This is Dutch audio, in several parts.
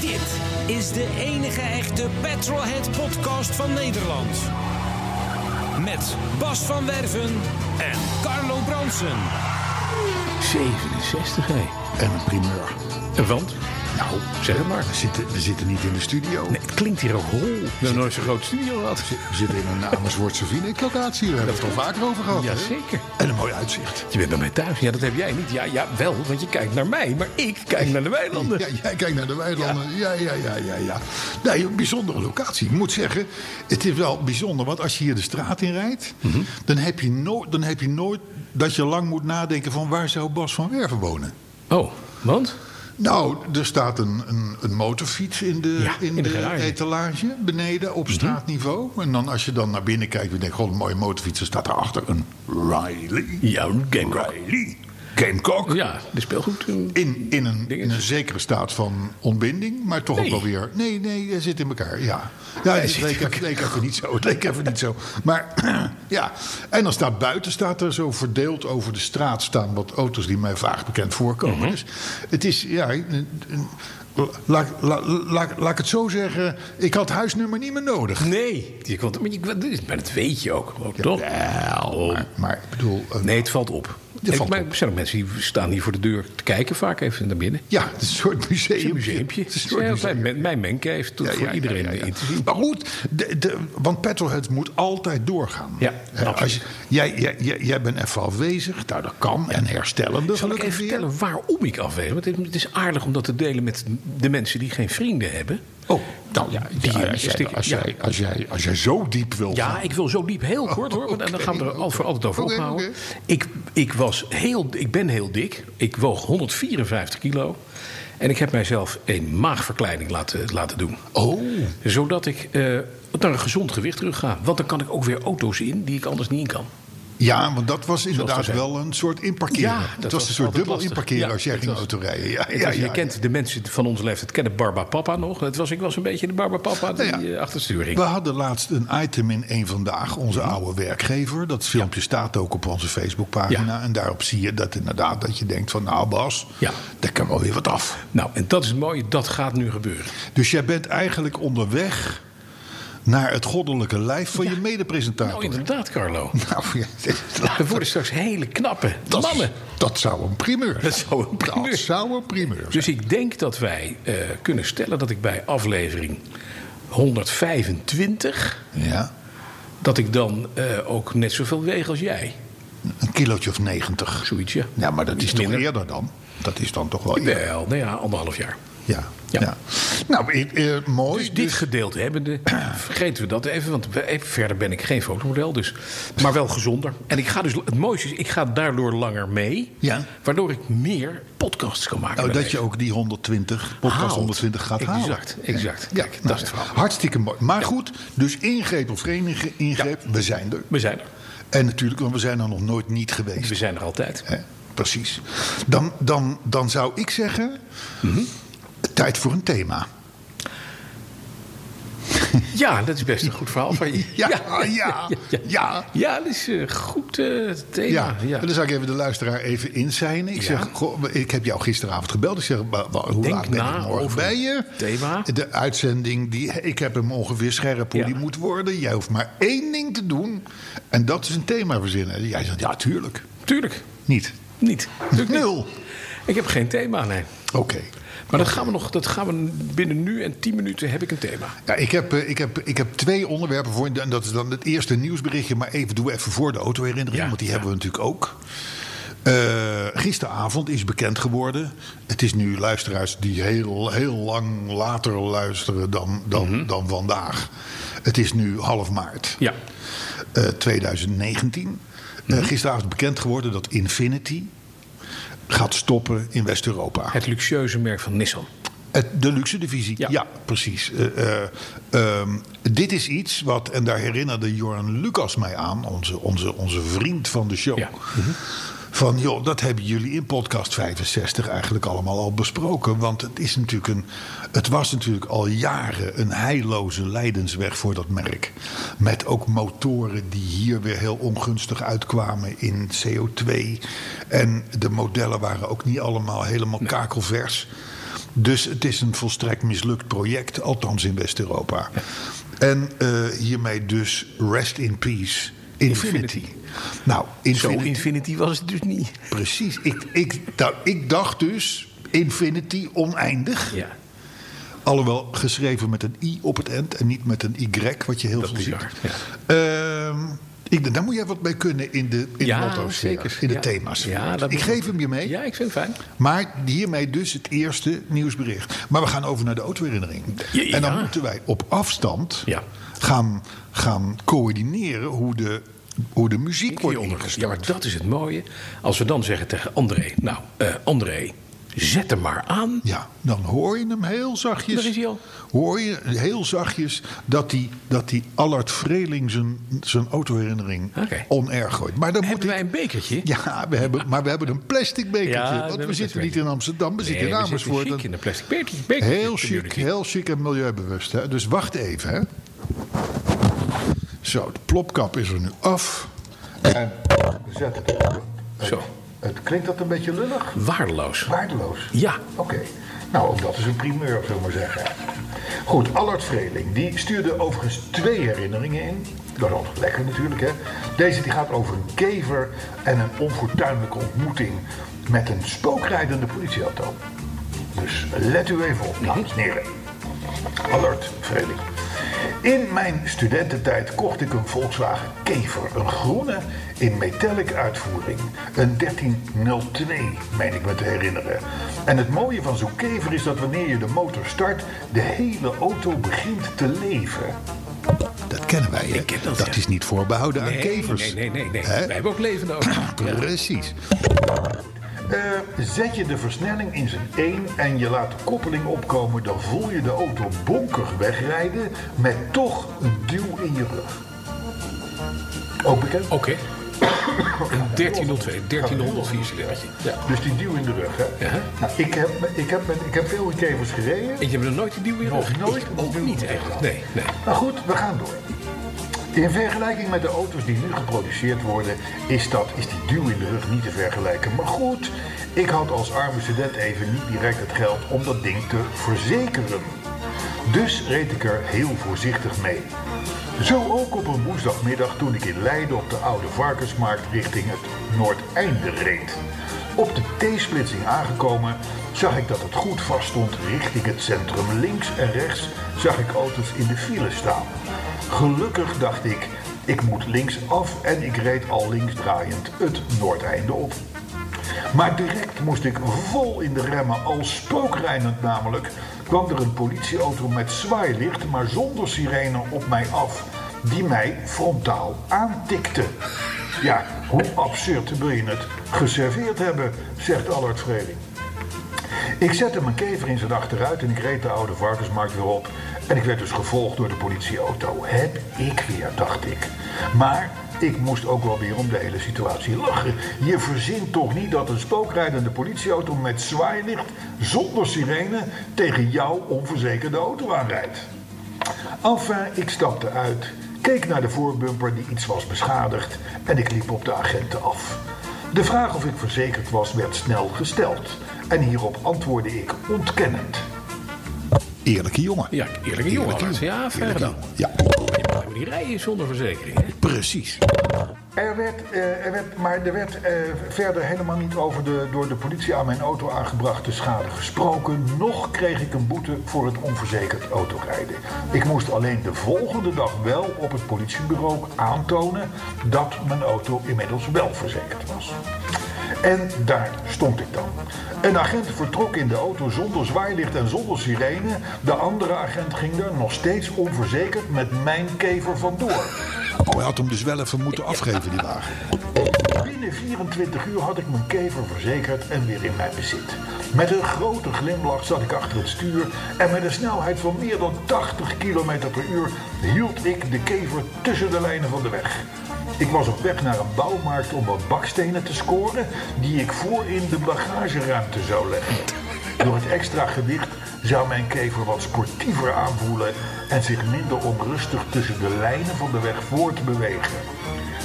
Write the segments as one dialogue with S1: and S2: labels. S1: Dit is de enige echte Petrolhead podcast van Nederland. Met Bas van Werven en Carlo Bronsen.
S2: 67, hé.
S3: En een primeur.
S2: Want?
S3: Nou,
S2: Zeg het maar.
S3: we zitten, we zitten niet in de studio.
S2: Nee, het klinkt hier ook hol. We hebben nooit zo'n groot studio gehad.
S3: We zitten in een Amersfoortse Vinek-locatie. We hebben het al vaker over gehad. hè?
S2: Jazeker.
S3: En een mooi uitzicht.
S2: Je bent bij mij thuis. Ja, dat heb jij niet. Ja, ja, wel, want je kijkt naar mij. Maar ik kijk naar de weilanden.
S3: Ja, jij kijkt naar de weilanden. Ja, ja, ja, ja, ja. Nee, een bijzondere locatie. Ik moet zeggen, het is wel bijzonder. Want als je hier de straat in rijdt,
S2: Mhm.
S3: dan, heb je nooit, dan heb je nooit dat je lang moet nadenken van waar zou Bas van Werven wonen.
S2: Oh, want?
S3: Nou, er staat een, een, een motorfiets in de,
S2: Ja,
S3: in
S2: in de
S3: de
S2: garage. Mhm.
S3: etalage beneden op straatniveau. En dan als je dan naar binnen kijkt, dan denk je, goh, een mooie motorfiets. Dan staat daarachter een Riley.
S2: Ja, een Gamecock.
S3: Riley. Gamecock.
S2: Oh, Ja, de speelgoed. eh,
S3: In, in, een, in een zekere staat van ontbinding, maar toch
S2: Nee.
S3: ook wel weer... Nee, nee, hij zit in elkaar, ja. Ja, het
S2: zit
S3: leek,
S2: in
S3: even, leek even niet zo, het leek even niet zo. Maar ja, en dan staat buiten, staat er zo verdeeld over de straat staan... wat auto's die mij vaag bekend voorkomen.
S2: Mhm.
S3: Dus het is, ja... een- een- Laat, laat, laat, laat ik het zo zeggen, ik had huisnummer niet meer nodig.
S2: Nee, je kon, maar, je, dit is- maar dat weet je ook, ook toch?
S3: Maar, maar ik bedoel... eh, een-
S2: Nee, het valt op.
S3: Het valt
S2: maar
S3: op.
S2: er zijn ook mensen die staan hier voor de deur te kijken vaak even naar binnen.
S3: Ja, het is een soort
S2: Het is
S3: museum.
S2: een museumpje.
S3: Het is een
S2: Ja,
S3: soort
S2: mijn-
S3: museum.
S2: Mijn, mijn menke heeft tot
S3: Ja,
S2: voor
S3: ja,
S2: iedereen
S3: ja, ja, ja.
S2: in te zien.
S3: Maar goed, de, de, want petrolheads moet altijd doorgaan.
S2: Ja,
S3: Hè,
S2: absoluut.
S3: als je- jij, jij, jij, jij bent even afwezig, nou dat kan, en herstellende
S2: Zal ik
S3: gelukkig
S2: even
S3: weer.
S2: vertellen waarom ik afweeg? Want het het is aardig om dat te delen met de mensen die geen vrienden hebben.
S3: Oh, nou ja,
S2: Die,
S3: ja,
S2: eh,
S3: als, jij,
S2: stikken-
S3: als,
S2: ja.
S3: jij, als, jij, als jij zo diep wil
S2: Ja,
S3: gaan.
S2: ik wil zo diep heel
S3: Oh,
S2: kort hoor. Want en dan gaan we er al voor altijd over
S3: Oké,
S2: ophouden.
S3: oké.
S2: Ik, ik, was heel, ik ben heel dik. Ik woog 154 kilo. En ik heb mijzelf een maagverkleining laten, laten doen.
S3: Oh.
S2: Zodat ik eh, naar een gezond gewicht terug ga. Want dan kan ik ook weer auto's in die ik anders niet in kan.
S3: Ja, want dat was inderdaad
S2: gezegd.
S3: wel een soort inparkeren.
S2: Ja,
S3: het was,
S2: dat was
S3: een soort
S2: altijd
S3: dubbel
S2: lastig.
S3: inparkeren
S2: Ja,
S3: als jij
S2: het
S3: ging
S2: was-
S3: autorijden. Ja,
S2: Het
S3: ja,
S2: was- je
S3: ja,
S2: kent de mensen van onze leeftijd kennen Barba Papa nog. Dat was, ik was een beetje de Barba Papa die
S3: Nou ja.
S2: eh, achter het stuur ging.
S3: We hadden laatst een item in Eén Vandaag, onze
S2: Mhm.
S3: oude werkgever. Dat filmpje staat ook op onze Facebookpagina. En daarop zie je dat inderdaad dat je denkt van... nou Bas,
S2: Ja.
S3: daar kan wel weer wat af.
S2: Nou, en dat is het mooie. Dat gaat nu gebeuren.
S3: Dus jij bent eigenlijk onderweg naar het goddelijke lijf van
S2: Ja.
S3: je
S2: Nou,
S3: medepresentator.
S2: inderdaad, Carlo.
S3: Nou, ja,
S2: We worden straks hele knappe
S3: dat,
S2: mannen.
S3: dat zou een primeur
S2: Dat
S3: zijn.
S2: zou een primeur
S3: Dat zou een primeur zijn.
S2: Dus ik denk dat wij eh, kunnen stellen dat ik bij aflevering 125...
S3: ja,
S2: dat ik dan eh, ook net zoveel weeg als jij.
S3: een kilootje of negentig.
S2: Zoiets, ja.
S3: Ja, maar dat
S2: Iets
S3: is toch
S2: minder.
S3: eerder dan? Dat is dan toch wel eerder?
S2: Wel, nou ja, anderhalf jaar.
S3: Ja.
S2: Ja.
S3: ja. Nou, ik- eh, mooi.
S2: Dus dit gedeelte hebbende, vergeten we dat even. Want we- eh, verder ben ik geen fotomodel, dus, maar wel gezonder. En ik ga dus, het mooiste is, ik ga daardoor langer mee.
S3: Ja.
S2: Waardoor ik meer podcasts kan maken.
S3: Nou,
S2: bij
S3: dat
S2: wijze.
S3: je ook die 120, podcast
S2: Haalt.
S3: 120 gaat
S2: Exact,
S3: halen.
S2: exact. Kijk, dat
S3: nou
S2: is het verhaal.
S3: Hartstikke mooi. Maar goed, dus ingreep of geen inge- ingreep, we zijn er.
S2: We zijn er.
S3: En natuurlijk, want we zijn er nog nooit niet geweest.
S2: We zijn er altijd.
S3: Hè? Precies. Dan, dan, dan zou ik zeggen,
S2: Mhm.
S3: tijd voor een thema.
S2: Ja, dat is best een goed verhaal van je.
S3: Ja, ja, ja.
S2: ja. Ja, dat is een goed eh, thema.
S3: Ja,
S2: Ja.
S3: en dan zou ik even de luisteraar even inzijnen. Ik
S2: Ja.
S3: zeg, goh, ik heb jou gisteravond gebeld. Ik zeg, wa- wa- hoe
S2: Denk
S3: laat ben
S2: na
S3: ik morgen
S2: over
S3: bij je?
S2: het thema.
S3: De uitzending, die, ik heb hem ongeveer scherp hoe
S2: Ja.
S3: die moet worden. Jij hoeft maar één ding te doen. En dat is een thema verzinnen. Jij zegt, ja, tuurlijk.
S2: Tuurlijk.
S3: Niet.
S2: Niet. Tuurlijk niet.
S3: Nul.
S2: Ik heb geen thema, nee.
S3: Oké.
S2: Maar dat gaan we nog, dat gaan we binnen nu en 10 minuten heb ik een thema.
S3: Ja, ik, heb, eh, ik, heb, ik heb twee onderwerpen voor. je. En dat is dan het eerste nieuwsberichtje. Maar even doe even voor de autoherinnering.
S2: Ja,
S3: want die
S2: ja.
S3: hebben we natuurlijk ook. Eh, gisteravond is bekend geworden. Het is nu luisteraars die heel, heel lang later luisteren dan, dan,
S2: Mhm.
S3: dan vandaag. Het is nu half maart
S2: Ja. Mhm.
S3: eh, 2019. Eh, gisteravond bekend geworden dat Infinity gaat stoppen in West-Europa.
S2: Het luxueuze merk van Nissan.
S3: Het, Eh, de luxe divisie,
S2: Ja.
S3: ja, precies. Eh, eh, ehm, dit is iets wat, en daar herinnerde Joran Lucas mij aan, onze, onze, onze vriend van de show.
S2: Ja.
S3: Van joh, dat hebben jullie in podcast 65 eigenlijk allemaal al besproken. Want het, is natuurlijk een, het was natuurlijk al jaren een heilloze lijdensweg voor dat merk. Met ook motoren die hier weer heel ongunstig uitkwamen in CO2. En de modellen waren ook niet allemaal helemaal kakelvers. Dus het is een volstrekt mislukt project, althans in West-Europa. En eh, hiermee dus rest in peace. Infinity. Nou,
S2: Zo
S3: Infinity.
S2: Infinity was het dus niet.
S3: Precies. Ik, ik, nou, ik dacht dus infinity, oneindig.
S2: Ja.
S3: Alhoewel geschreven met een i op het eind en niet met een y, wat je heel
S2: Dat
S3: veel
S2: is
S3: ziet.
S2: waar,
S3: Ehm, ik, denk, daar moet jij wat mee kunnen in de, in
S2: Ja,
S3: de motto's,
S2: zeker.
S3: in de
S2: Ja.
S3: thema's.
S2: Ja, dat
S3: ik
S2: moet-
S3: geef hem je mee,
S2: Ja, ik vind het fijn.
S3: maar hiermee dus het eerste nieuwsbericht. Maar we gaan over naar de autoherinnering.
S2: Ja, ja.
S3: En dan moeten wij op afstand
S2: Ja.
S3: gaan, gaan coördineren hoe de, hoe de muziek wordt ingestart.
S2: Ja, maar dat is het mooie. Als we dan zeggen tegen André, nou, eh, André, zet hem maar aan.
S3: Ja, dan hoor je hem heel zachtjes.
S2: Daar is hij al.
S3: Hoor je heel zachtjes dat die, dat die Allard Vreling zijn, zijn autoherinnering
S2: Oké.
S3: on-air gooit. Maar dan moet
S2: Hebben
S3: ik-
S2: wij een bekertje?
S3: Ja, we hebben, maar we hebben een plastic bekertje.
S2: Ja, we
S3: want
S2: hebben
S3: we
S2: een
S3: zitten
S2: plastic
S3: niet in Amsterdam, we zitten in
S2: we zitten
S3: Amersfoort.
S2: chic in een plastic bekertje. bekertje
S3: Heel chic,
S2: community.
S3: heel chic en milieubewust. Hè? Dus wacht even. Hè? Zo, de plopkap is er nu af. En we zetten het.
S2: Zo,
S3: Het klinkt dat een beetje lullig?
S2: waardeloos.
S3: Waardeloos.
S2: Ja,
S3: Oké. Nou, ook dat is een primeur, zullen we maar zeggen. Goed, Allard Vreling, die stuurde overigens twee herinneringen in. Dat is altijd lekker natuurlijk, hè. Deze die gaat over een kever en een onfortuinlijke ontmoeting met een spookrijdende politieauto. Dus let u even op, dames en heren. Allard Vreling. In mijn studententijd kocht ik een Volkswagen Kever, een groene in metallic uitvoering. Een 1302, meen ik me te herinneren. En het mooie van zo'n Kever is dat wanneer je de motor start, de hele auto begint te leven. Dat kennen wij,
S2: Ik ken dat, ja.
S3: is niet voorbehouden
S2: Nee, nee, nee, nee, nee.
S3: Hè?
S2: Wij hebben ook levende auto's. Ja.
S3: Precies. Eh, zet je de versnelling in zijn 1 en je laat de koppeling opkomen, dan voel je de auto bonkig wegrijden met toch een duw in je rug. Ook bekend?
S2: Oké. Een 1302, 1304 cilindertje. Ja.
S3: Dus die duw in de rug, hè?
S2: Ja.
S3: Nou, ik, heb, ik, heb, ik heb veel in kevers gereden.
S2: Ik heb er nooit die duw in
S3: Nog nooit
S2: Ik
S3: een
S2: Ook
S3: duw
S2: niet
S3: in
S2: eigenlijk.
S3: gehad.
S2: Nee, nee.
S3: Maar Nou, goed, we gaan door. In vergelijking met de auto's die nu geproduceerd worden, is, dat, is die duw in de rug niet te vergelijken. Maar goed, ik had als arme student even niet direct het geld om dat ding te verzekeren. Dus reed ik er heel voorzichtig mee. Zo ook op een woensdagmiddag toen ik in Leiden op de Oude Varkensmarkt richting het Noordeinde reed. Op de T-splitsing aangekomen zag ik dat het goed vaststond richting het centrum. Links en rechts zag ik auto's in de file staan. Gelukkig dacht ik, ik moet links af en ik reed al linksdraaiend het Noordeinde op. Maar direct moest ik vol in de remmen, al spookrijdend namelijk, kwam er een politieauto met zwaailicht, maar zonder sirene op mij af, die mij frontaal aantikte. Ja, hoe absurd wil je het geserveerd hebben, zegt Allard Vreling. Ik zette mijn kever in zijn achteruit en ik reed de oude varkensmarkt weer op. En ik werd dus gevolgd door de politieauto. Heb ik weer, dacht ik. Maar ik moest ook wel weer om de hele situatie lachen. Je verzint toch niet dat een spookrijdende politieauto met zwaailicht zonder sirene tegen jouw onverzekerde auto aanrijdt? Enfin, eh, ik stapte uit, keek naar de voorbumper die iets was beschadigd en ik liep op de agenten af. De vraag of ik verzekerd was werd snel gesteld en hierop antwoordde ik ontkennend. Eerlijke jongen.
S2: Ja, eerlijke jongen. Lars. Ja, verder dan.
S3: Ja,
S2: Je mag helemaal niet rijden zonder verzekering. hè?
S3: precies. Er werd, eh, er werd, maar er werd eh, verder helemaal niet over de door de politie aan mijn auto aangebrachte schade gesproken. Nog kreeg ik een boete voor het onverzekerd autorijden. Ik moest alleen de volgende dag wel op het politiebureau aantonen dat mijn auto inmiddels wel verzekerd was. En daar stond ik dan. Een agent vertrok in de auto zonder zwaailicht en zonder sirene. De andere agent ging er nog steeds onverzekerd
S4: Nou,
S3: met mijn kever vandoor. Oh, hij had hem dus wel even moeten afgeven, die wagen. Wie binnen 24 uur had ik mijn kever verzekerd en weer in mijn bezit. Met een grote glimlach zat ik achter het stuur en met een snelheid van meer dan 80 km per uur hield ik de kever tussen de lijnen van de weg. Ik was op weg naar een bouwmarkt om wat bakstenen te scoren die ik voor in de bagageruimte zou leggen. Door het extra gewicht zou mijn kever wat sportiever aanvoelen en zich minder onrustig tussen de lijnen van de weg voortbewegen.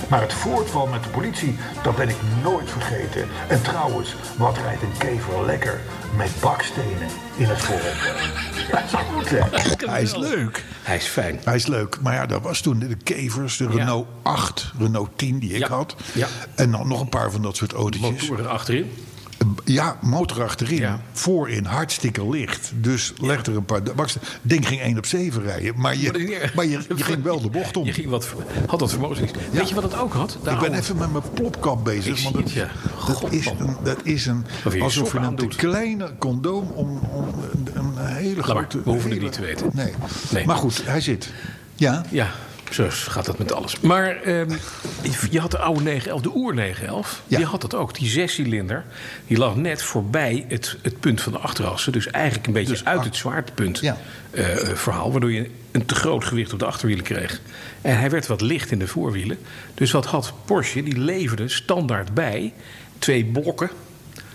S3: Maar het voortval met de politie, dat ben ik nooit vergeten. En trouwens, wat rijdt een kever lekker met bakstenen in het voorhoofd. Dat is goed, hè?
S4: Hij is leuk.
S2: Hij is fijn.
S4: Hij is leuk. Maar ja, dat was toen de Kevers, de Renault 8, Renault 10 die ik
S2: Ja.
S4: had.
S2: Ja.
S4: En dan nog een paar van dat soort autootjes.
S2: Motoren achterin.
S4: Ja, motor achterin,
S2: Ja.
S4: voorin, hartstikke licht. Dus leg er een paar... Het ding ging 1 op 7 rijden. Maar je, maar je, je ging wel de bocht om.
S2: Je ging wat, had wat vermogen. Weet je wat het ook had?
S4: Ik ben even met mijn plopkap bezig.
S2: Ik
S4: want
S2: zie
S4: dat,
S2: het, ja.
S4: dat, is een, dat is een...
S2: Of je je
S4: alsof je
S2: sokken
S4: een te
S2: aandoet.
S4: kleine condoom om, om een, een hele
S2: maar,
S4: grote...
S2: we hoeven het
S4: hele-
S2: niet te weten.
S4: Nee.
S2: Nee.
S4: Maar goed, hij zit. Ja,
S2: Ja, zo gaat dat met alles. Maar ehm, je had de oude 911, de oer 911.
S4: Ja.
S2: Die had dat ook. Die zescilinder, die lag net voorbij het, het punt van de achterassen. Dus eigenlijk een beetje uit het zwaartepunt
S4: Ja.
S2: eh, verhaal. Waardoor je een te groot gewicht op de achterwielen kreeg. En hij werd wat licht in de voorwielen. Dus wat had Porsche? Die leverde standaard bij twee blokken.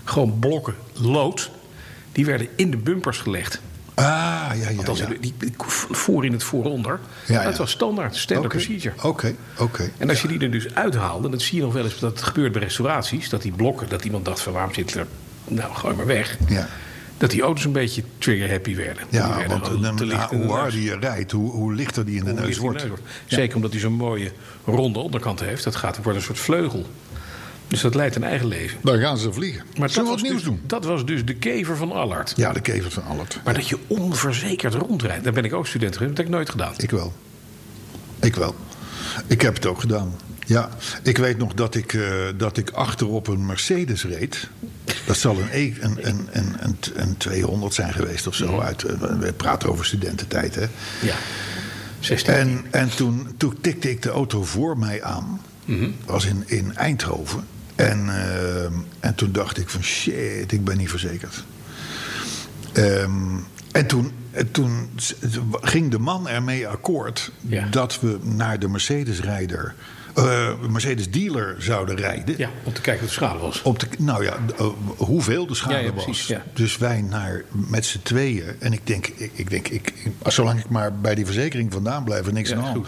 S2: Gewoon blokken lood. Die werden in de bumpers gelegd.
S4: ah, ja, ja.
S2: Want als
S4: ja.
S2: je de- die, die- voor in het vooronder.
S4: Ja,
S2: Dat
S4: ja.
S2: was standaard, standard
S4: Oké,
S2: procedure.
S4: Oké, oké.
S2: En als je die er dus uithaalde, dat zie je nog wel eens, dat gebeurt bij restauraties, dat die blokken, dat iemand dacht van waarom zit er, nou gooi maar weg.
S4: Ja.
S2: Dat die auto's een beetje trigger happy werden. Die
S4: Ja,
S2: werden
S4: want
S2: gewoon
S4: een-
S2: te licht
S4: ja,
S2: in de
S4: hoe
S2: neus.
S4: harder je rijdt, hoe, hoe lichter die in de
S2: Hoe
S4: neus
S2: licht die neus
S4: wordt.
S2: Zeker omdat hij zo'n mooie ronde onderkant heeft, dat gaat, wordt een soort vleugel. Dus dat leidt een eigen leven.
S4: Dan gaan ze vliegen. Maar Zullen we
S2: dat
S4: wat
S2: was
S4: nieuws
S2: dus,
S4: doen?
S2: Dat was dus de kever van Allard.
S4: Ja, de kever van Allert.
S2: Maar dat je onverzekerd rondrijdt, daar ben ik ook student geweest, dat heb ik nooit gedaan.
S4: Ik wel. Ik wel. Ik heb het ook gedaan. Ja, ik weet nog dat ik, eh, dat ik achterop een Mercedes reed. Dat zal een, E- een, een, een, een, een 200 zijn geweest of zo. Uit, eh, we praten over studententijd, hè.
S2: Ja. 16.
S4: En, en toen, toen tikte ik de auto voor mij aan.
S2: Mhm.
S4: Dat was in, in Eindhoven. En, ehm, en toen dacht ik van shit, ik ben niet verzekerd. Ehm, en toen, en toen s- ging de man ermee akkoord
S2: Ja.
S4: dat we naar de Mercedes-rijder, eh, Mercedes-dealer zouden rijden.
S2: Ja, om te kijken wat de schade was.
S4: Om te, nou ja, d- eh, hoeveel de schade
S2: Ja, ja, precies,
S4: was.
S2: ja.
S4: Dus wij naar, met z'n tweeën. En ik denk, ik, ik denk ik, ik- zolang ik maar bij die verzekering vandaan blijf, er niks aan de hand.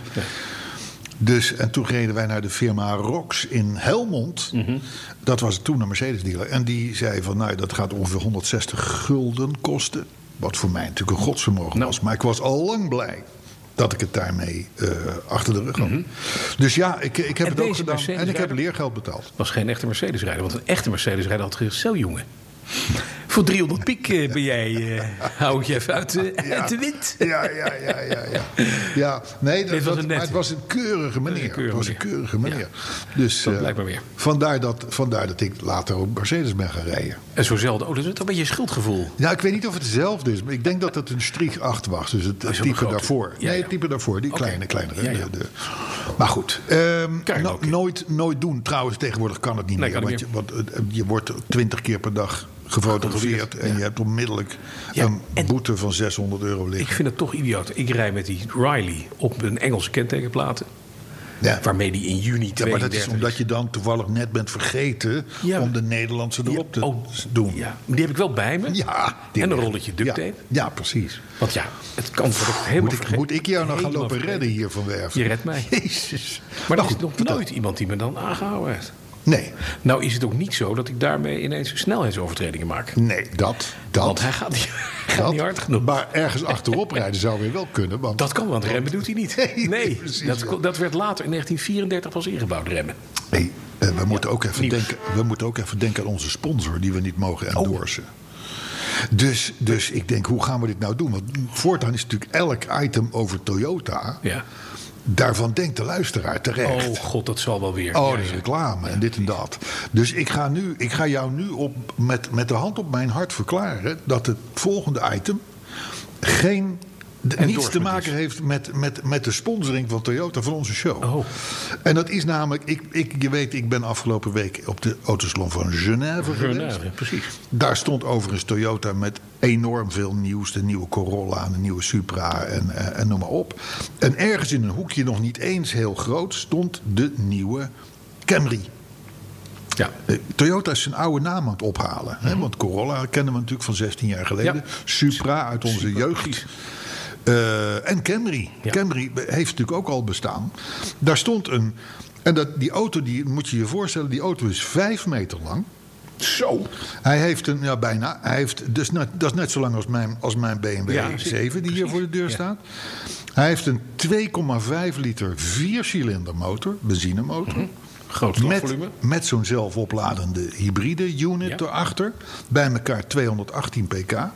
S4: Dus, en toen reden wij naar de firma Rox in Helmond.
S2: Mhm.
S4: Dat was toen een Mercedes-dealer. En die zei van, nou, dat gaat ongeveer 160 gulden kosten. Wat voor mij natuurlijk een godsvermogen
S2: Nou.
S4: was. Maar ik was al lang blij dat ik het daarmee eh, achter de rug had. Dus ja, ik, ik heb
S2: Mhm. En
S4: het ook
S2: deze
S4: gedaan. En ik heb
S2: Mercedes-rijder-
S4: leergeld betaald.
S2: was geen echte Mercedes-rijder. Want een echte Mercedes-rijder had gezegd, zo jongen. Voor 300 piek eh, ben jij, eh hou ik je even uit, eh, uit de wind.
S4: Ja, ja, ja, ja. ja. ja nee, dat,
S2: Dit was
S4: dat-
S2: een
S4: maar
S2: nette.
S4: het was een keurige manier.
S2: Een keurige
S4: het was een
S2: manier.
S4: keurige manier. Dus,
S2: dat
S4: eh,
S2: blijkt maar weer.
S4: Vandaar dat, vandaar dat ik later ook Mercedes ben gaan rijden.
S2: En zo'nzelfde auto, dat is toch een beetje een schuldgevoel.
S4: Nou, ik weet niet of het hetzelfde is, maar ik denk dat het een Strieg 8 was. Dus het,
S2: is ook
S4: type
S2: groot.
S4: daarvoor.
S2: Ja,
S4: nee,
S2: ja.
S4: het type daarvoor. Die
S2: Oké.
S4: kleine, kleinere.
S2: Ja, ja.
S4: de- de- maar goed. ehm,
S2: Kan je
S4: no-
S2: ook, ja.
S4: nooit, nooit doen. Trouwens, tegenwoordig kan het niet
S2: Nee,
S4: meer.
S2: kan
S4: Want,
S2: niet
S4: je, want, eh, je wordt twintig keer per dag gefotografeerd. En je hebt onmiddellijk
S2: Ja,
S4: een
S2: en-
S4: boete van 600 euro
S2: Ik
S4: liggen.
S2: vind het toch idioot. Ik rij met die Riley op een Engelse kentekenplaten.
S4: Ja.
S2: Waarmee die in juni
S4: Ja, maar dat is
S2: 32
S4: omdat je dan toevallig net bent vergeten
S2: Ja.
S4: om de Nederlandse
S2: Ja,
S4: erop te
S2: oh,
S4: doen.
S2: Ja, maar die heb ik wel bij me.
S4: Ja, die
S2: en een
S4: ligt.
S2: rolletje duct tape.
S4: Ja, ja, precies.
S2: Want ja, het kan voor helemaal
S4: Moet ik,
S2: vergeten.
S4: moet ik jou nou gaan
S2: Helemaal
S4: lopen
S2: vergeten.
S4: redden hier van Werven?
S2: Je redt mij.
S4: Jezus.
S2: Maar er
S4: Nou
S2: is
S4: goed,
S2: nog
S4: vertel.
S2: nooit iemand die me dan aangehouden heeft.
S4: Nee,
S2: Nou is het ook niet zo dat ik daarmee ineens snelheidsovertredingen maak.
S4: nee, dat, dat.
S2: Want hij gaat niet, hij gaat
S4: dat.
S2: niet hard genoeg.
S4: Maar ergens achterop rijden zou weer wel kunnen. Want,
S2: dat kan, want remmen doet hij niet.
S4: Nee,
S2: Nee,
S4: precies,
S2: dat,
S4: ja.
S2: kon- dat werd later in 1934 pas ingebouwd, remmen.
S4: Hey, eh, we, moeten ook even
S2: nieuws. Oh.
S4: denken, we moeten ook even denken aan onze sponsor die we niet mogen endorsen. Dus, dus ik denk, hoe gaan we dit nou doen? Want voortaan is natuurlijk elk item over Toyota.
S2: Ja.
S4: Daarvan denkt de luisteraar terecht.
S2: Oh god, dat zal wel weer.
S4: Oh,
S2: Ja,
S4: dat is
S2: ja.
S4: reclame en dit en dat. Dus ik ga, nu, ik ga jou nu op, met, met de hand op mijn hart verklaren dat het volgende item geen de-
S2: En
S4: niets te
S2: doorspit
S4: maken
S2: is.
S4: heeft met, met, met de sponsoring van Toyota van onze show.
S2: Oh.
S4: En dat is namelijk, ik, ik, je weet, ik ben afgelopen week op de autosalon van Genève, geweest.
S2: Genève, precies.
S4: Daar stond overigens Toyota met enorm veel nieuws. De nieuwe Corolla en de nieuwe Supra en, eh, en noem maar op. En ergens in een hoekje, nog niet eens heel groot, stond de nieuwe Camry.
S2: Ja.
S4: Eh, Toyota is zijn oude naam aan het ophalen. Hè? Want Corolla kennen we natuurlijk van 16 jaar geleden.
S2: Mhm. Ja.
S4: Supra uit onze
S2: Supra,
S4: jeugd.
S2: precies.
S4: Eh, en Camry.
S2: Ja.
S4: Camry be- heeft natuurlijk ook al bestaan. Daar stond een... En dat, die auto, die moet je je voorstellen, die auto is vijf meter lang.
S2: Zo.
S4: Hij heeft een, ja bijna, hij heeft, dus net, dat is net zo lang als mijn, als mijn BMW
S2: Ja,
S4: 7 die hier voor de deur
S2: Ja.
S4: staat. Hij heeft een 2,5 liter viercilinder motor, benzinemotor.
S2: Mhm. Groot
S4: Met,
S2: slagvolume.
S4: met zo'n zelfopladende hybride unit
S2: Ja.
S4: erachter. Bij elkaar 218 pk.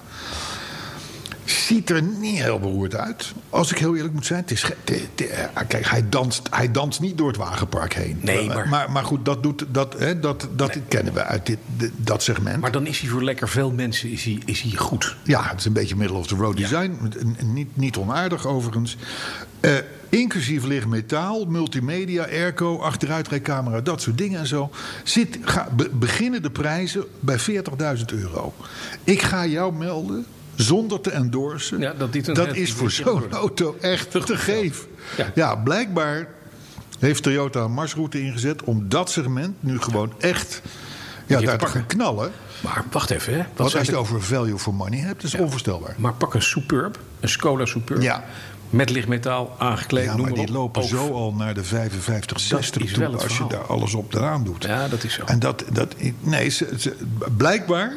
S4: Ziet er niet heel beroerd uit. Als ik heel eerlijk moet zijn. Het is, ge- te- te- eh, kijk, hij danst, hij danst niet door het wagenpark heen.
S2: Nee, maar-
S4: maar, maar goed, dat, doet, dat, hè, dat, dat kennen we uit dit, dit- dat segment.
S2: Maar dan is hij voor lekker veel mensen is hij, is hij goed.
S4: Ja, het is een beetje middle of the road
S2: Ja.
S4: design. N- n- Niet, niet onaardig overigens. Eh, inclusief licht metaal, multimedia, airco, achteruitrijcamera, dat soort dingen en zo. Zit, ga, be- beginnen de prijzen bij 40.000 euro. Ik ga jou melden, zonder te endorsen.
S2: Ja, dat dit een-
S4: dat
S2: het-
S4: is voor
S2: dit is
S4: zo'n
S2: een-
S4: auto echt
S2: Te goed
S4: te
S2: geld.
S4: geef. Ja.
S2: Ja.
S4: blijkbaar heeft Toyota een marsroute ingezet... om dat segment nu gewoon echt ja,
S2: te
S4: daar te
S2: pakken.
S4: gaan knallen.
S2: Maar wacht even, hè. Wat
S4: Want
S2: zijn
S4: als je
S2: de-
S4: het over value for money hebt, is het onvoorstelbaar.
S2: Maar pak een Superb, een Skoda Superb.
S4: Ja.
S2: Met lichtmetaal aangekleed,
S4: Ja,
S2: noem
S4: maar die
S2: op.
S4: lopen
S2: Ook-
S4: zo al naar de 55,
S2: Dat
S4: 60
S2: is
S4: toe
S2: wel het
S4: als je
S2: verhaal.
S4: daar alles op eraan doet.
S2: Ja, dat is zo.
S4: En dat, dat nee, ze, ze- blijkbaar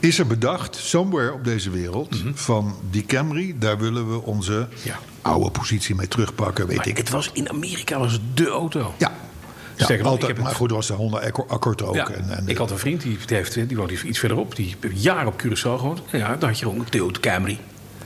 S4: is er bedacht, somewhere op deze wereld, van die Camry, daar willen we onze
S2: Mhm. Ja.
S4: oude positie mee terugpakken, weet
S2: Maar
S4: ik.
S2: het was in Amerika was het de auto.
S4: Ja, ja
S2: Sterker nog, ik
S4: altijd,
S2: heb het-
S4: maar goed, er was de Honda Accord, Accord ook.
S2: Ja,
S4: en, en,
S2: ik had een vriend die, het heeft, die woonde iets verderop. Die heeft jaren op Curaçao gewoond. Ja, dan had je gewoon een Toyota Camry.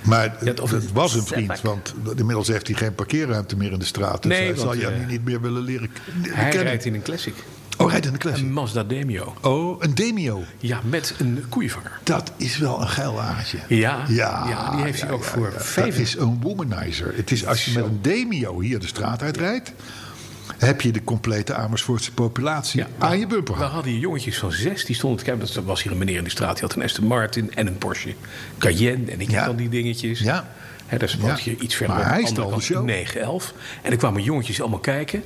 S4: maar
S2: Ja, of
S4: het
S2: een
S4: was een
S2: setback.
S4: vriend, want inmiddels heeft hij geen parkeerruimte meer in de straat. Dus
S2: Nee,
S4: hij
S2: want,
S4: zal je
S2: eh,
S4: nu niet meer willen leren
S2: Hij
S4: kennen.
S2: rijdt in een Classic.
S4: Oh, rijdt in de klas.
S2: Een Mazda Demio.
S4: Oh, een Demio.
S2: Ja, met een koeienvanger.
S4: Dat is wel een geil wagentje.
S2: Ja, ja, die heeft hij ook voor
S4: Het
S2: vijf-
S4: is een womanizer. Het is, als je met een demio hier de straat uitrijdt... heb je de complete Amersfoortse populatie
S2: Ja.
S4: aan je bumper
S2: We
S4: hangen.
S2: hadden hier jongetjes van zes, die stonden te kijken. Dat was hier een meneer in de straat, die had een Aston Martin en een Porsche Cayenne. En ik
S4: Ja.
S2: heb dan die dingetjes.
S4: Ja.
S2: Hè, dat is wat
S4: Ja.
S2: je iets verder.
S4: Maar
S2: aan de
S4: hij is
S2: andere
S4: al de
S2: kant,
S4: show.
S2: 9, 11. En er kwamen jongetjes allemaal kijken.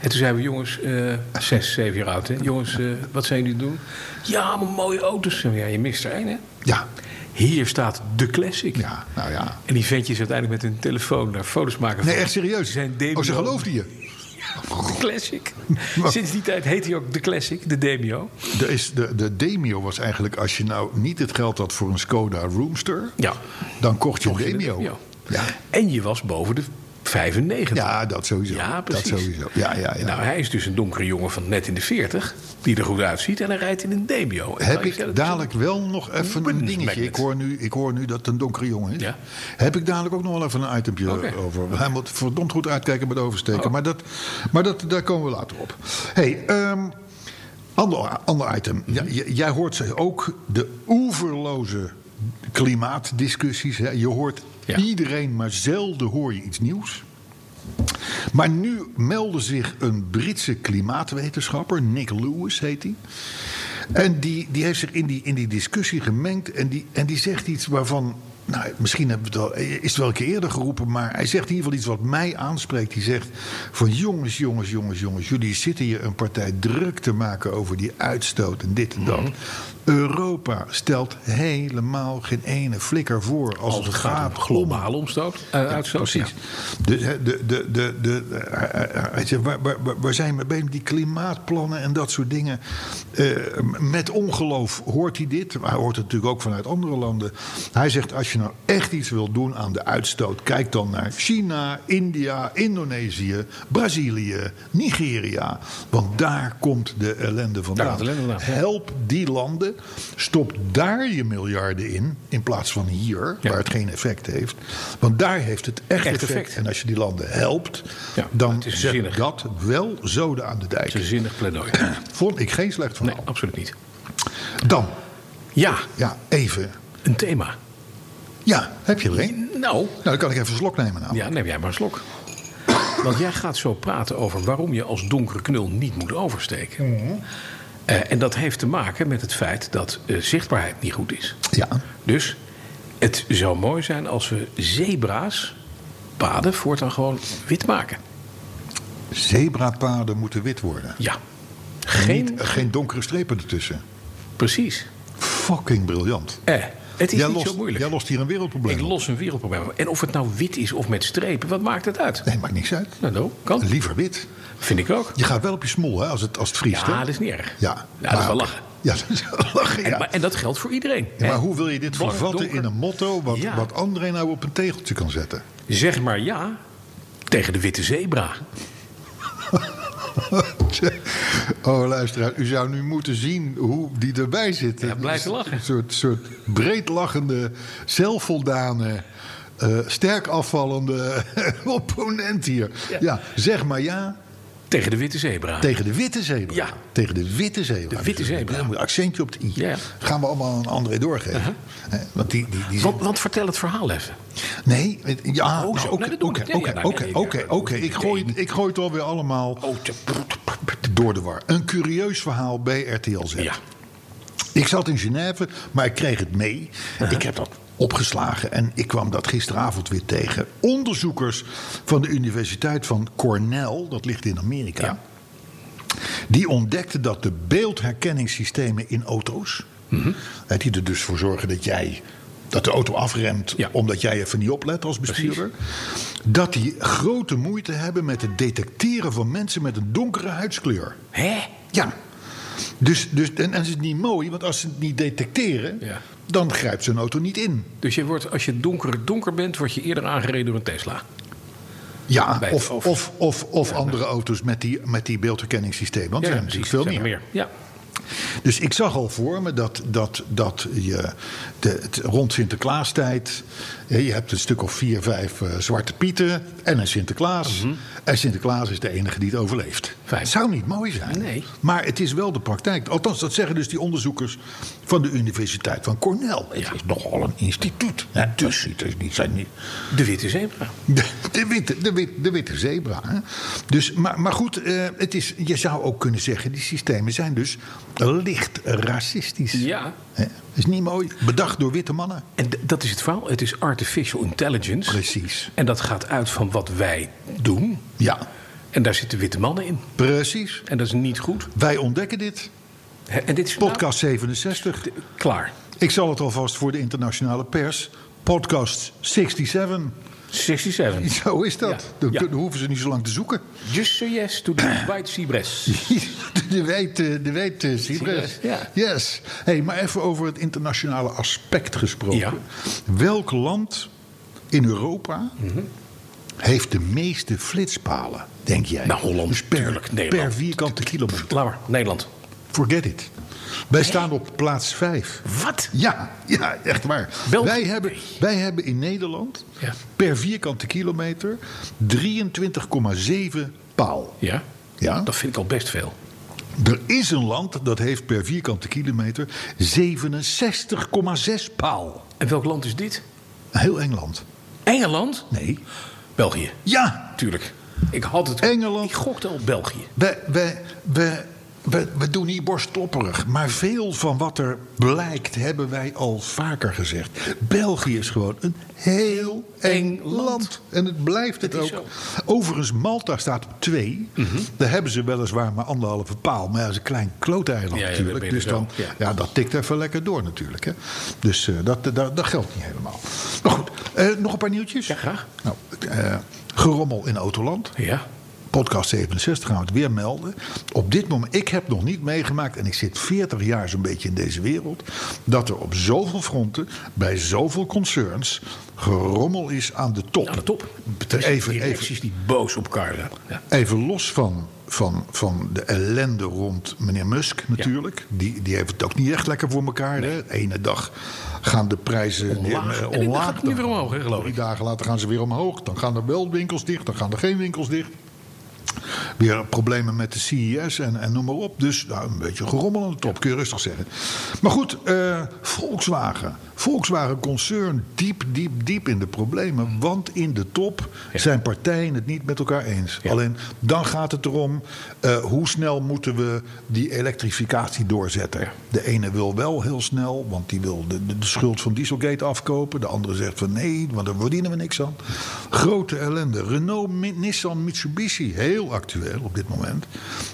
S2: En toen zeiden we, jongens, eh zes, zeven jaar oud, hè? Jongens, eh, wat zijn jullie doen? Ja, maar mooie auto's. Ik zei, Ja, je mist er één, hè?
S4: Ja,
S2: Hier staat de Classic.
S4: ja, nou ja.
S2: En die ventjes uiteindelijk met hun telefoon naar foto's maken.
S4: Nee,
S2: van-
S4: echt serieus.
S2: Ze Zijn
S4: oh, ze
S2: Demio.
S4: geloofden je.
S2: De Classic. Sinds die tijd heet hij ook de Classic, de Demio.
S4: Er is de, de demio was eigenlijk... als je nou niet het geld had voor een Skoda Roomster...
S2: Ja.
S4: dan kocht je een
S2: Mocht je de
S4: demio.
S2: Demio.
S4: Ja.
S2: En je was boven de 95.
S4: ja, dat sowieso.
S2: Ja,
S4: dat
S2: precies.
S4: sowieso. Ja, ja, ja.
S2: Nou, hij is dus een donkere jongen van net in de 40, die er goed uitziet en hij rijdt in een Demio. En
S4: Heb
S2: dan is dat-
S4: ik dadelijk wel nog even een
S2: Witness
S4: dingetje?
S2: magnet.
S4: Ik hoor, nu, ik hoor nu dat het een donkere jongen is.
S2: Ja.
S4: Heb ik dadelijk ook nog wel even een itempje
S2: Oké. Oh.
S4: over. Hij moet verdomd goed uitkijken met oversteken. Maar, dat, maar dat, daar komen we later op. hey, ehm, ander, ander item.
S2: Mhm.
S4: Ja, j- jij hoort ze ook de oeverloze klimaatdiscussies. Hè? Je hoort
S2: Ja.
S4: iedereen, maar zelden hoor je iets nieuws. Maar nu meldde zich een Britse klimaatwetenschapper, Nick Lewis heet hij. En die, die heeft zich in die, in die discussie gemengd. En die, en die zegt iets waarvan. Nou, misschien hebben we het al, is het wel een keer eerder geroepen. Maar hij zegt in ieder geval iets wat mij aanspreekt. Die zegt: Van jongens, jongens, jongens, jongens. Jullie zitten hier een partij druk te maken over die uitstoot en dit en dat.
S2: Mhm.
S4: Europa stelt helemaal geen ene flikker voor. Als,
S2: Als het gaat om globale omstoot, eh, uitstoot.
S4: Precies.
S2: ja.
S4: Dus hè, de, de, de, de, eh, eh, hij zegt, waar, waar, waar- waar zijn we bij? Die klimaatplannen en dat soort dingen. Eh, met ongeloof hoort hij dit. Maar hij hoort het natuurlijk ook vanuit andere landen. Hij zegt, als je nou echt iets wilt doen aan de uitstoot... kijk dan naar China, India, Indonesië, Brazilië, Nigeria. Want daar komt de ellende vandaan.
S2: Daar komt de ellende vandaan.
S4: Help die landen. Stop daar je miljarden in. In plaats van hier,
S2: Ja.
S4: waar het geen effect heeft. Want daar heeft het echt,
S2: Echt
S4: effect.
S2: effect.
S4: En als je die landen helpt,
S2: Ja,
S4: dan
S2: het is
S4: zet
S2: zinnig.
S4: dat wel zoden aan de
S2: Het is een
S4: dijk.
S2: zinnig pleidooi.
S4: Vond ik geen slecht
S2: Nee,
S4: verhaal.
S2: absoluut niet.
S4: Dan,
S2: Ja,
S4: ja, even.
S2: een thema.
S4: Ja, heb je er een?
S2: Nou,
S4: dan kan ik even een slok nemen. Nou.
S2: ja, neem jij maar een slok. Want jij gaat zo praten over waarom je als donkere knul niet moet oversteken.
S4: Mhm.
S2: Eh, en dat heeft te maken met het feit dat eh, zichtbaarheid niet goed is.
S4: Ja.
S2: Dus het zou mooi zijn als we zebra's paden voortaan gewoon wit maken.
S4: Zebrapaden moeten wit worden.
S2: Ja.
S4: Geen...
S2: Geen,
S4: Niet, geen donkere strepen ertussen.
S2: precies.
S4: Fucking briljant.
S2: Eh, het is
S4: jij
S2: niet
S4: lost,
S2: zo moeilijk.
S4: Jij lost hier een wereldprobleem.
S2: Ik
S4: op.
S2: los een wereldprobleem. op. En of het nou wit is of met strepen, wat maakt het uit?
S4: Nee, maakt niks uit.
S2: Nou, no, kan.
S4: Liever wit.
S2: Vind ik ook.
S4: Je gaat wel op je smol hè, als, het, als het vriest. hè?
S2: Ja, dat is niet erg.
S4: ja.
S2: Ja, dat is
S4: Maar-
S2: wel lachen.
S4: Ja, dat is wel lachen.
S2: En,
S4: Ja.
S2: maar, en dat geldt voor iedereen.
S4: Ja,
S2: hè?
S4: maar hoe wil je dit
S2: Blank,
S4: vervatten
S2: donker.
S4: in een motto wat,
S2: Ja.
S4: wat André nou op een tegeltje kan zetten?
S2: Zeg maar ja tegen de witte zebra.
S4: oh, luisteraar, u zou nu moeten zien hoe die erbij zit.
S2: Ja, blijf lachen.
S4: Een soort, soort breed lachende, zelfvoldane, eh, sterk afvallende opponent hier. Ja. zeg maar ja
S2: Tegen de witte zebra.
S4: tegen de witte zebra.
S2: Ja.
S4: Tegen de witte zebra.
S2: De witte zebra.
S4: Dan moet je accentje op de i.
S2: Ja, ja.
S4: Gaan we allemaal aan André doorgeven. Eh, Want die, die, die
S2: want, want vertel het verhaal even.
S4: Nee, het- ja,
S2: Oh, zo.
S4: nou,
S2: Nee,
S4: oké,
S2: dat doen we
S4: oké,
S2: meteen. Ja,
S4: oké,
S2: nou,
S4: oké,
S2: nee,
S4: oké,
S2: nee,
S4: oké.
S2: nee,
S4: Ik
S2: nee. Oh,
S4: gooi het- Ik gooi het alweer allemaal door de war. Een curieus verhaal bij RTLZ.
S2: Ja.
S4: Ik zat in Genève, maar ik kreeg het mee. Ik heb dat opgeslagen en ik kwam dat gisteravond weer tegen. Onderzoekers van de Universiteit van Cornell, dat ligt in Amerika...
S2: Ja.
S4: die ontdekten dat de beeldherkenningssystemen in auto's...
S2: Mhm.
S4: hè, die er dus voor zorgen dat jij... Dat de auto afremt
S2: Ja.
S4: omdat jij even niet oplet als bestuurder. Dat die grote moeite hebben met het detecteren van mensen met een donkere huidskleur.
S2: Hè?
S4: Ja. Dus, dus, en, en het is niet mooi, want als ze het niet detecteren,
S2: Ja.
S4: dan grijpt zo'n auto niet in.
S2: Dus je wordt, als je donker, donker bent, word je eerder aangereden door een Tesla.
S4: Ja,
S2: Bij het
S4: of,
S2: over.
S4: of, of, of andere auto's met die, met die beeldherkenningssystemen. Want er zijn
S2: precies.
S4: natuurlijk veel
S2: Zijn
S4: meer.
S2: er Ja.
S4: Dus ik zag al voor me dat, dat, dat je de, het, rond Sinterklaastijd. hè, Je hebt een stuk of vier, vijf eh, zwarte pieten en een Sinterklaas. En Sinterklaas is de enige die het overleeft.
S2: Mhm. Fijn.
S4: Het zou niet mooi zijn.
S2: Nee.
S4: Maar het is wel de praktijk. Althans, dat zeggen dus die onderzoekers van de Universiteit van Cornell. Het
S2: Ja.
S4: is nogal een instituut. Nou, dus het is niet, zijn niet,
S2: De witte zebra.
S4: de, de witte, de, wit, de witte zebra. Hè? Dus, maar, maar goed, eh, het is, je zou ook kunnen zeggen... die systemen zijn dus licht racistisch.
S2: Ja.
S4: Hè? Is niet mooi. Bedacht door witte mannen.
S2: En d- dat is het verhaal. Het is artificial intelligence.
S4: Precies.
S2: En dat gaat uit van wat wij doen.
S4: Ja,
S2: En daar zitten witte mannen in.
S4: precies.
S2: En dat is niet goed.
S4: Wij ontdekken dit.
S2: Hè, En dit is nou,
S4: Podcast 67.
S2: de- klaar.
S4: Ik zal het alvast voor de internationale pers... Podcast 67.
S2: 67.
S4: Zo is dat.
S2: Ja,
S4: Dan
S2: ja.
S4: kunnen- hoeven ze niet zo lang te zoeken.
S2: Just say yes to the white zebras.
S4: De wijte, de wijte Cyprus.
S2: Ja.
S4: Yes. Hey, maar even over het internationale aspect gesproken.
S2: Ja.
S4: Welk land in Europa
S2: Mhm.
S4: heeft de meeste flitspalen, denk jij?
S2: Nou, Holland,
S4: Dus per,
S2: tuurlijk, Nederland.
S4: per vierkante kilometer.
S2: Laat maar. Nederland.
S4: Forget it. Wij staan op plaats vijf.
S2: Wat?
S4: Ja, ja, echt waar.
S2: België.
S4: Wij hebben, wij hebben in Nederland
S2: Ja.
S4: per vierkante kilometer 23,7 paal.
S2: Ja.
S4: Ja?
S2: Dat vind ik al best veel.
S4: Er is een land dat heeft per vierkante kilometer 67,6 paal.
S2: En welk land is dit?
S4: Heel Engeland.
S2: Engeland?
S4: Nee.
S2: België.
S4: Ja,
S2: Tuurlijk. Ik had het.
S4: Engeland.
S2: Ik gokte op België.
S4: we, we, we, we, we doen hier borstklopperig. Maar veel van wat er blijkt hebben wij al vaker gezegd. België is gewoon een heel eng
S2: Engeland.
S4: land. En het blijft het
S2: Het is Mhm.
S4: ook. Overigens, Malta staat op twee. Daar hebben ze weliswaar maar anderhalve paal. Maar ja, dat is een klein
S2: Ja,
S4: klooteiland
S2: ja, dat ben
S4: natuurlijk.
S2: je
S4: Dus
S2: dus
S4: dan,
S2: wel, ja.
S4: Ja, dat tikt even lekker door natuurlijk. Hè? Dus eh, dat, eh, dat, dat geldt niet helemaal. Maar goed, eh, nog een paar nieuwtjes?
S2: Ja, graag.
S4: Nou, eh, gerommel in Autoland.
S2: Ja.
S4: Podcast 67 gaan we het weer melden. Op dit moment, ik heb nog niet meegemaakt... en ik zit 40 jaar zo'n beetje in deze wereld... dat er op zoveel fronten, bij zoveel concerns... gerommel is aan de top.
S2: Aan de top.
S4: Ter- Even, even,
S2: Directies die boos op elkaar zijn. Ja.
S4: Even los van, van, van de ellende rond meneer Musk natuurlijk. Die, die heeft het ook niet echt lekker voor elkaar. Hè? De ene dag gaan de prijzen
S2: Omlaag.
S4: eh,
S2: En die gaat het nu weer omhoog, hè, geloof ik.
S4: Drie dagen later gaan ze weer omhoog. Dan gaan er wel winkels dicht, dan gaan er geen winkels dicht. Weer problemen met de CES en, en noem maar op. Dus nou, een beetje gerommel aan de top, kun je rustig zeggen. Maar goed, eh, Volkswagen. Volkswagen concern diep, diep, diep in de problemen. Want in de top
S2: Ja.
S4: zijn partijen het niet met elkaar eens.
S2: Ja.
S4: Alleen dan gaat het erom eh, hoe snel moeten we die elektrificatie doorzetten. De ene wil wel heel snel, want die wil de, de, de schuld van Dieselgate afkopen. De andere zegt van nee, want daar verdienen we niks aan. Grote ellende. Renault, Mi- Nissan, Mitsubishi, heel actueel op dit moment.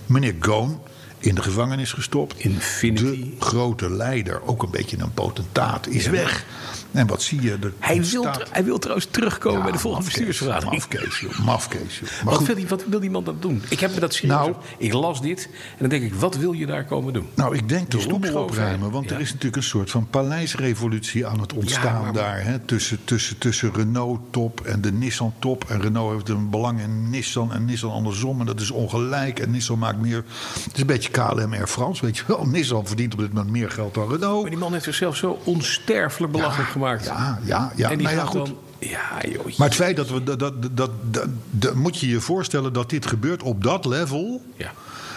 S4: Meneer Goon. In de gevangenis gestopt.
S2: Infinity.
S4: De grote leider, ook een beetje een potentaat, is weg. En wat zie je? Er
S2: Hij wil,
S4: staat-
S2: tr- hij wil trouwens terugkomen
S4: Ja,
S2: bij de volgende
S4: mafkees,
S2: bestuursvergadering.
S4: Mafkees, joh. Mafkees, joh. Maar
S2: Wat
S4: goed,
S2: wil, die, wat wil die man dan doen? Ik heb me dat serieus.
S4: Nou.
S2: ik las dit en dan denk ik, wat wil je daar komen doen?
S4: nou, ik denk de
S2: Die stoel
S4: rommel
S2: schoon zijn.
S4: opruimen. Want
S2: Ja.
S4: er is natuurlijk een soort van paleisrevolutie aan het ontstaan
S2: maar-
S4: daar. Hè? Tussen, tussen, tussen Renault-top en de Nissan-top. En Renault heeft een belang in Nissan en Nissan andersom. En dat is ongelijk. En Nissan maakt meer... Het is een beetje KLM Air France, weet je wel. Nissan verdient op dit moment meer geld dan Renault.
S2: Maar die man heeft zichzelf zo onsterfelijk belachelijk gemaakt.
S4: Ja, ja, ja.
S2: En die
S4: Nou ja,
S2: gaat
S4: goed.
S2: dan... Ja, joh.
S4: Maar het feit dat we. Dat, dat, dat, dat- dat- moet je je voorstellen dat dit gebeurt op dat level.
S2: Ja.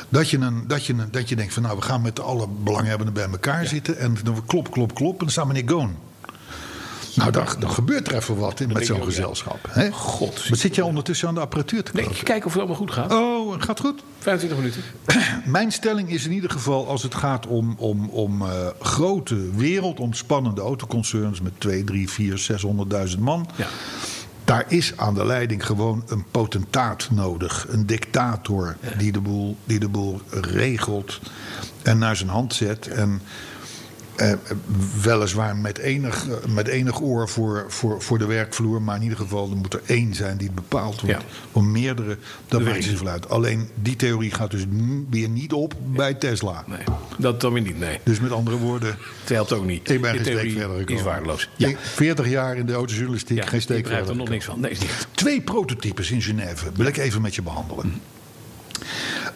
S4: Dat je, een, dat, je een, dat je denkt van nou, we gaan met alle belanghebbenden bij elkaar zitten. En dan klop, klop, klop. En dan staat meneer Goon. Nou, dan, dan gebeurt er even wat in, met
S2: denk ik
S4: zo'n
S2: ook, ja.
S4: gezelschap. hè?
S2: God.
S4: Wat zit jij ondertussen aan de apparatuur te
S2: Nee,
S4: kloppen?
S2: kijken of het allemaal goed gaat.
S4: Oh, gaat goed.
S2: 25 minuten.
S4: Mijn stelling is in ieder geval als het gaat om, om, om eh, grote, wereldomspannende autoconcerns met 2, 3, 4, 600.000 man.
S2: Ja.
S4: Daar is aan de leiding gewoon een potentaat nodig. Een dictator die, de boel, die de boel regelt en naar zijn hand zet. En eh, weliswaar met enig, eh, met enig oor voor, voor, voor de werkvloer. Maar in ieder geval er moet er één zijn die het bepaalt. Want
S2: Ja.
S4: om meerdere, dat
S2: De
S4: maakt niet
S2: weg.
S4: zoveel uit. Alleen die theorie gaat dus n- weer niet op bij Tesla.
S2: Nee, dat dan weer niet, nee.
S4: Dus met andere woorden,
S2: Het helpt ook niet.
S4: ik ben
S2: Je
S4: geen steek
S2: theorie
S4: verder gekomen.
S2: is waardeloos.
S4: Ja. 40 jaar in de autojournalistiek,
S2: Ja,
S4: geen
S2: ik
S4: steek
S2: begrijp
S4: verder
S2: er nog
S4: gekomen.
S2: niks Mhm. van. Nee, is niet.
S4: Twee prototypes in Genève wil ik even met je behandelen.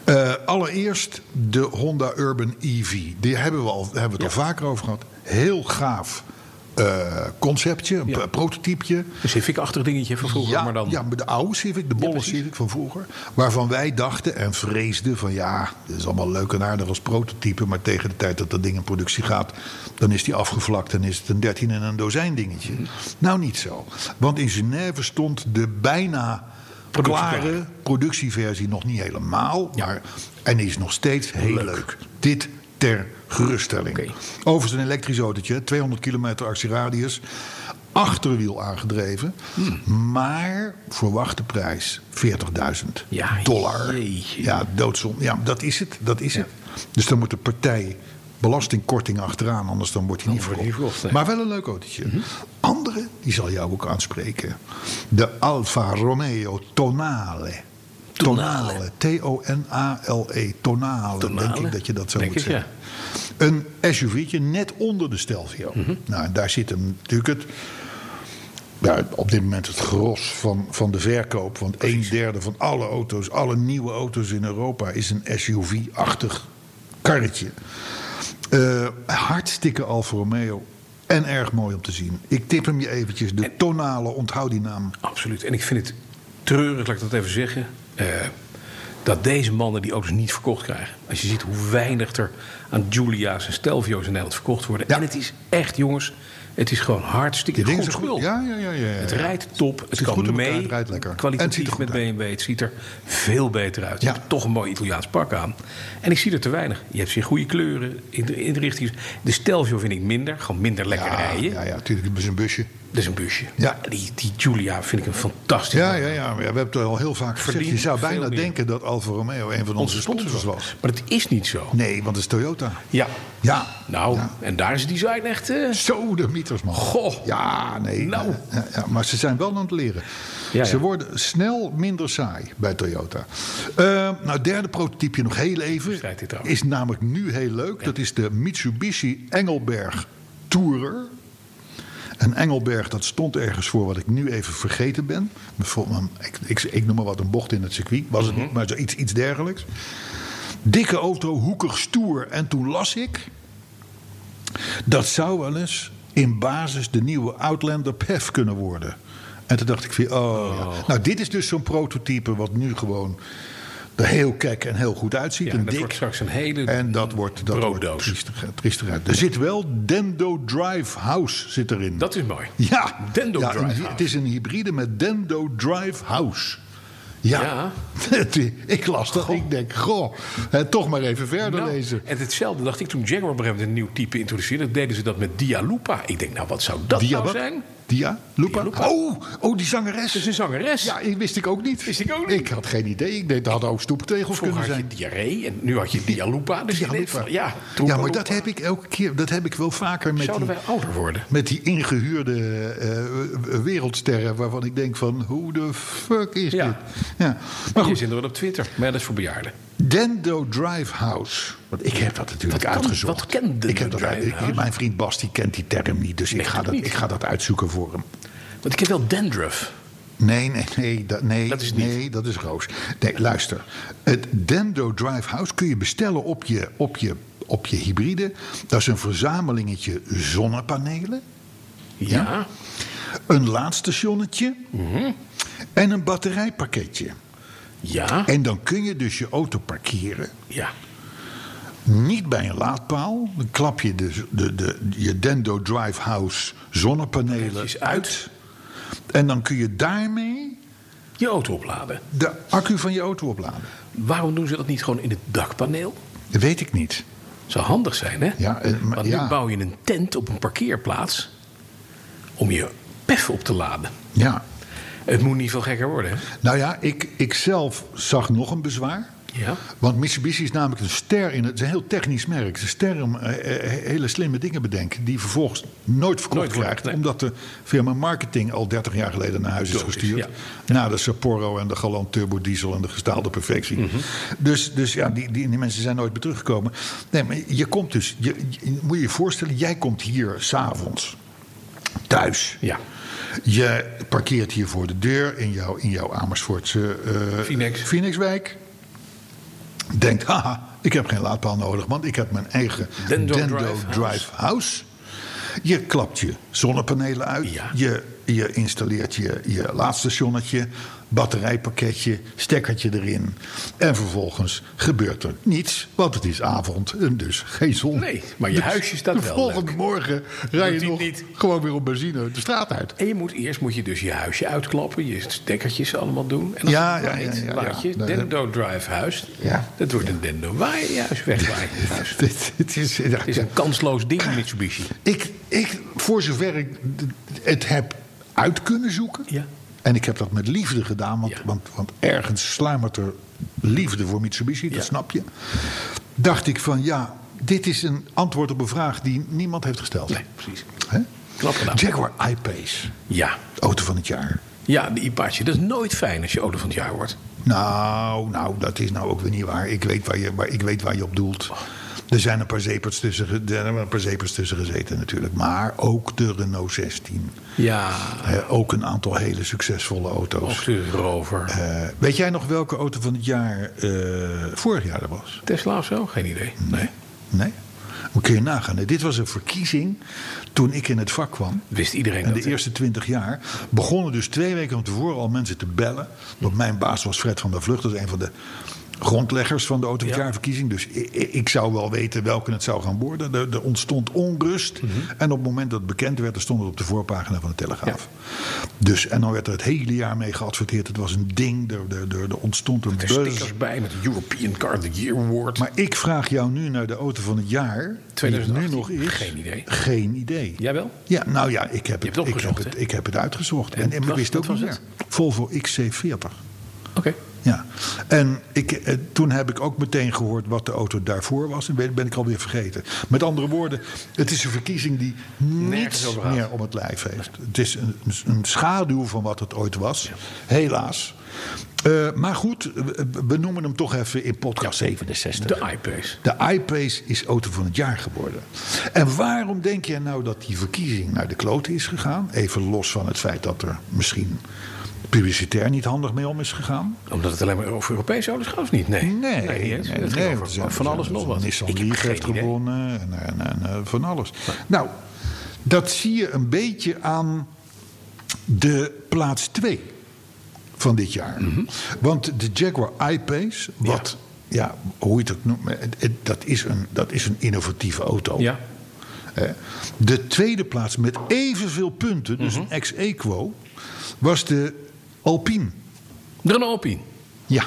S4: Eh, allereerst de Honda Urban EV. Die hebben we, al, daar hebben we het al vaker over gehad. Heel gaaf eh, conceptje, een
S2: Ja.
S4: p- prototypje.
S2: Een Civic-achtig dingetje van vroeger,
S4: ja,
S2: maar dan...
S4: ja, maar de oude Civic, de bolle
S2: precies.
S4: Civic van vroeger. Waarvan wij dachten en vreesden van ja, dit is allemaal leuk en aardig als prototype. Maar tegen de tijd dat dat ding in productie gaat, dan is die afgevlakt en is het een 13 en een dozijn dingetje. Nou niet zo. Want in Genève stond de bijna
S2: Productieklaar.
S4: klare productieversie nog niet helemaal. Maar, en die is nog steeds heel leuk. Dit ter geruststelling.
S2: Oké.
S4: Overigens een elektrisch autootje, 200 kilometer actieradius. Achterwiel aangedreven.
S2: Hmm.
S4: Maar verwachte prijs 40.000
S2: Ja,
S4: dollar.
S2: jeetje.
S4: Ja, doodsom. Ja, dat is het. Dat is het. Dus dan moet de partij belastingkorting achteraan, anders dan wordt hij niet
S2: wordt hij
S4: verkocht. Mhm.
S2: niet verkocht, nee.
S4: Maar wel een leuk autootje. Andere, die zal jou ook aanspreken. De Alfa Romeo Tonale. Tonale. T-O-N-A-L-E. E, Tonale. Denk ik dat je dat zo
S2: Denk
S4: moet
S2: ik, ja.
S4: zeggen. Een SUV'tje net onder de Stelvio.
S2: Mhm.
S4: Nou, en daar zit hem natuurlijk het... Ja, op dit moment het gros van, van de verkoop. Want een derde van alle auto's, alle nieuwe auto's in Europa... is een SUV-achtig karretje. Eh, hartstikke Alfa Romeo. En erg mooi om te zien. Ik tip hem je eventjes. De tonale, onthoud die naam.
S2: Absoluut. En ik vind het treurig, laat ik dat even zeggen. eh, dat deze mannen die auto's niet verkocht krijgen. Als je ziet hoe weinig er aan Giulia's en Stelvio's in Nederland verkocht worden.
S4: Ja.
S2: En het is echt, jongens, het is gewoon hartstikke
S4: Die
S2: goed
S4: dingen zijn
S2: spul.
S4: goed. Ja, ja, ja. ja, ja.
S2: Het rijdt top, het,
S4: zit
S2: kan
S4: goed in elkaar,
S2: mee.
S4: het rijdt lekker. En het ziet
S2: Kwalitatief
S4: er goed
S2: met BMW, het ziet er veel beter uit. Je
S4: Ja.
S2: hebt toch een mooi Italiaans pak aan. En ik zie er te weinig. Je hebt ze in goede kleuren, in de, in de richting. De Stelvio vind ik minder, gewoon minder lekker
S4: Ja,
S2: rijden.
S4: ja, ja, natuurlijk. Het is een busje.
S2: Dat is een busje.
S4: Ja.
S2: Die, die Giulia vind ik een fantastisch.
S4: Ja, ja, ja. ja, We hebben het al heel vaak gezegd.
S2: Verdient
S4: Je zou bijna
S2: veel meer.
S4: denken dat Alfa Romeo een van onze sponsors was.
S2: Maar het is niet zo.
S4: Nee, want het is Toyota.
S2: Ja.
S4: Ja.
S2: Nou, en daar is het design echt... eh,
S4: Zo de mieters, man.
S2: Goh.
S4: Ja, nee.
S2: Nou.
S4: Ja, ja, maar ze zijn wel aan het leren.
S2: Ja,
S4: Ze
S2: ja.
S4: worden snel minder saai bij Toyota. Eh, nou, derde prototype nog heel even.
S2: Strijd dit trouwens.
S4: Is namelijk nu heel leuk. Dat is de Mitsubishi Engelberg Tourer. En Engelberg, dat stond ergens voor wat ik nu even vergeten ben. Bijvoorbeeld, Ik, ik, ik noem maar wat een bocht in het circuit. Was
S2: Mhm.
S4: het niet, maar zoiets, iets dergelijks. Dikke auto, hoekig, stoer. En toen las ik... Dat zou wel eens in basis de nieuwe Outlander PEF kunnen
S2: Oh.
S4: worden. En toen dacht ik weer, oh, ja. Nou, dit is dus zo'n prototype wat nu gewoon er heel kek en heel goed uitziet.
S2: Ja,
S4: en
S2: dat
S4: dik.
S2: wordt straks een hele
S4: En dat wordt, dat wordt
S2: brooddoos.
S4: triester, triester uit. Er zit wel Dendo Drive House zit erin.
S2: Dat is mooi.
S4: ja,
S2: Dendo
S4: ja,
S2: Drive
S4: een-
S2: House.
S4: Het is een hybride met Dendo Drive House. Ja,
S2: Ja.
S4: ik las dat. Ik denk, goh, hè, toch maar even verder
S2: Nou,
S4: lezen.
S2: en hetzelfde dacht ik toen Jaguar op een gegeven moment een nieuw type introduceerde. Dan deden ze dat met Dialupa. Ik denk, nou wat zou dat
S4: Dia
S2: nou
S4: wat?
S2: zijn?
S4: Dia?
S2: Dia
S4: Lupa?
S2: Lupa.
S4: Oh, oh, die zangeres.
S2: Dat is een zangeres.
S4: Ja, ik- wist ik ook niet.
S2: Wist ik ook niet.
S4: Ik had geen idee. Ik deed, dat had ook stoeptegels
S2: Vroeger
S4: kunnen
S2: had
S4: zijn.
S2: je diarree en nu had je Dialupa. Dus je
S4: Ja,
S2: deed
S4: Lupa.
S2: van, ja,
S4: ja,
S2: Troepalupa.
S4: maar dat heb ik elke keer. Dat heb ik wel vaker met
S2: Zouden
S4: die,
S2: wij ouder worden?
S4: met die ingehuurde eh, wereldsterren... waarvan ik denk van, hoe de fuck is
S2: Ja.
S4: dit? Ja. Maar
S2: Maar goed.
S4: goed,
S2: zitten wel op Twitter. Maar ja, dat is voor bejaarden.
S4: Dendo Drive House. Want ik heb dat natuurlijk
S2: Wat kan-
S4: uitgezocht.
S2: wat kent Dendo
S4: ik heb dat
S2: Drive
S4: uit- ik-
S2: House?
S4: Mijn vriend Bas die kent die term niet, dus ik,
S2: Nee,
S4: ga
S2: dat
S4: dat,
S2: niet.
S4: ik ga dat uitzoeken voor hem.
S2: Want ik heb wel dandruff.
S4: Nee, nee, nee, dat, nee,
S2: Dat is niet.
S4: nee, dat is roos. Nee, luister. Het Dendo Drive House kun je bestellen op je, op je, op je hybride. Dat is een verzamelingetje zonnepanelen.
S2: Ja.
S4: Een laadstationnetje.
S2: Mhm.
S4: En een batterijpakketje.
S2: Ja.
S4: En dan kun je dus je auto parkeren.
S2: Ja.
S4: Niet bij een laadpaal. Dan klap je de, de, de, je Dendo Drive House zonnepanelen
S2: Paneeltjes uit.
S4: uit. En dan kun je daarmee
S2: Je auto opladen.
S4: de accu van je auto opladen.
S2: Waarom doen ze dat niet gewoon in het dakpaneel?
S4: Dat weet ik niet.
S2: Zou handig zijn, hè?
S4: Ja, eh, maar-
S2: Want nu
S4: ja.
S2: bouw je een tent op een parkeerplaats om je pef op te laden.
S4: Ja.
S2: Het moet niet veel gekker worden, hè?
S4: Nou ja, ik, ik zelf zag nog een bezwaar.
S2: Ja.
S4: Want Mitsubishi is namelijk een ster in het. Het is een heel technisch merk. Het is een ster om eh, eh, hele slimme dingen bedenken. die vervolgens nooit verkocht
S2: Nooit wordt,
S4: krijgt.
S2: nee.
S4: Omdat de firma marketing al 30 jaar geleden naar huis is
S2: Dood is,
S4: gestuurd.
S2: ja.
S4: Na de Sapporo en de Galant Turbo Diesel en de gestaalde perfectie.
S2: Mhm.
S4: Dus, dus ja, die, die, die mensen zijn nooit meer teruggekomen. Nee, maar je komt dus. Je, je- moet je je voorstellen, jij komt hier s'avonds thuis.
S2: Ja.
S4: Je parkeert hier voor de deur in jouw, in jouw Amersfoortse eh,
S2: Phoenix.
S4: Phoenixwijk. Denkt, haha, ik heb geen laadpaal nodig, want ik heb mijn eigen
S2: Dendo
S4: Dendo,
S2: Drive
S4: Drive,
S2: House.
S4: House. Je klapt je zonnepanelen uit.
S2: Ja.
S4: Je, je installeert je, je laadstationnetje, batterijpakketje, stekkertje erin. En vervolgens gebeurt er niets, want het is avond en dus geen zon. Dus
S2: Nee, maar je huisje staat
S4: de
S2: wel
S4: Volgende
S2: leuk.
S4: morgen rij
S2: Doet
S4: je
S2: hij
S4: nog
S2: niet.
S4: gewoon weer op benzine de straat uit.
S2: En je moet eerst moet je dus je huisje uitklappen, je stekkertjes allemaal doen. En als
S4: Ja,
S2: het
S4: ja,
S2: waait,
S4: ja, ja, ja.
S2: laat je
S4: Nee,
S2: Dendo Drive huis.
S4: Ja.
S2: Dat wordt een Dendo waai- huis, wegwaai huis. Het
S4: Dit, dit is, ja,
S2: is een kansloos ding, Mitsubishi.
S4: ik, ik, voor zover ik d- het heb uit kunnen zoeken.
S2: Ja.
S4: En ik heb dat met liefde gedaan, want,
S2: Ja.
S4: want, want ergens sluimert er liefde voor Mitsubishi, dat
S2: Ja.
S4: snap je. Dacht ik van ja, dit is een antwoord op een vraag die niemand heeft gesteld.
S2: Nee, precies.
S4: Hè?
S2: Knap gedaan.
S4: Jaguar I-Pace,
S2: Ja,
S4: auto van het jaar.
S2: ja de Apache. Dat is nooit fijn als je auto van het jaar wordt.
S4: Nou, nou, dat is nou ook weer niet waar. Ik weet waar je, waar, ik weet waar je op doelt. Er zijn een paar zeepers tussen, ge- er zijn een paar zeepers tussen gezeten natuurlijk. Maar ook de Renault 16.
S2: Ja,
S4: Eh, ook een aantal hele succesvolle auto's.
S2: ook de Rover.
S4: Eh, weet jij nog welke auto van het jaar eh, vorig jaar er was?
S2: Tesla of zo? Geen idee. Nee.
S4: Nee? Hoe kun je nagaan? Dit was een verkiezing toen ik in het vak kwam.
S2: Wist iedereen
S4: En
S2: dat?
S4: de
S2: hè?
S4: eerste twintig jaar begonnen dus twee weken van tevoren al mensen te bellen. Want mijn baas was Fred van der Vlucht, dat is een van de grondleggers van de auto van het
S2: Ja.
S4: jaarverkiezing. Dus i- i- ik, zou wel weten welke het zou gaan worden. Er, er ontstond onrust.
S2: Mhm.
S4: En op het moment dat het bekend werd, dan stond het op de voorpagina van de Telegraaf. Dus, en dan werd er het hele jaar mee geadverteerd. Het was een ding, er, er, er, er ontstond een
S2: Er
S4: buzz.
S2: stickers bij met de European Car of the Year Award.
S4: Maar ik vraag jou nu naar de auto van het jaar. die er nu
S2: 2018.
S4: nog is.
S2: Geen idee.
S4: Geen idee.
S2: Jij wel?
S4: Ja, nou ja, ik heb,
S2: hebt het
S4: het, ik heb,
S2: opgezocht,
S4: het,
S2: hè?
S4: ik heb het uitgezocht.
S2: En
S4: En, en ik
S2: wat-
S4: wist
S2: wat
S4: ook niet
S2: was
S4: meer.
S2: het?
S4: Volvo XC40.
S2: Oké.
S4: Ja. En ik, eh, toen heb ik ook meteen gehoord wat de auto daarvoor was. En ben, ben ik alweer vergeten. Met andere woorden, het is een verkiezing die niets
S2: over gaat.
S4: meer om het lijf heeft. Het is een, een schaduw van wat het ooit was. Helaas. Eh, maar goed, we, we noemen hem toch even in podcast 67.
S2: De iPace.
S4: De iPace is auto van het jaar geworden. En waarom denk jij nou dat die verkiezing naar de klote is gegaan? Even los van het feit dat er misschien publicitair niet handig mee om is gegaan.
S2: Omdat het alleen maar over Europese auto's gaat of niet? Nee.
S4: nee,
S2: het
S4: nee,
S2: ging
S4: nee,
S2: over
S4: want er zijn-
S2: van
S4: er
S2: alles
S4: zijn-
S2: nog wat.
S4: Nissan
S2: Ik heb
S4: Leaf
S2: geen
S4: heeft
S2: idee.
S4: gewonnen en, en, en, eh, van alles. Nou, dat zie je een beetje aan de plaats 2 van dit jaar.
S2: Mhm.
S4: Want de Jaguar I-Pace, wat, ja. hoe je het ook noemt, het- het- dat is een, dat is een innovatieve auto.
S2: Ja.
S4: Hè. De tweede plaats met evenveel punten, dus
S2: Mhm.
S4: een ex-equo, was de Alpine.
S2: Dan Alpine.
S4: Ja,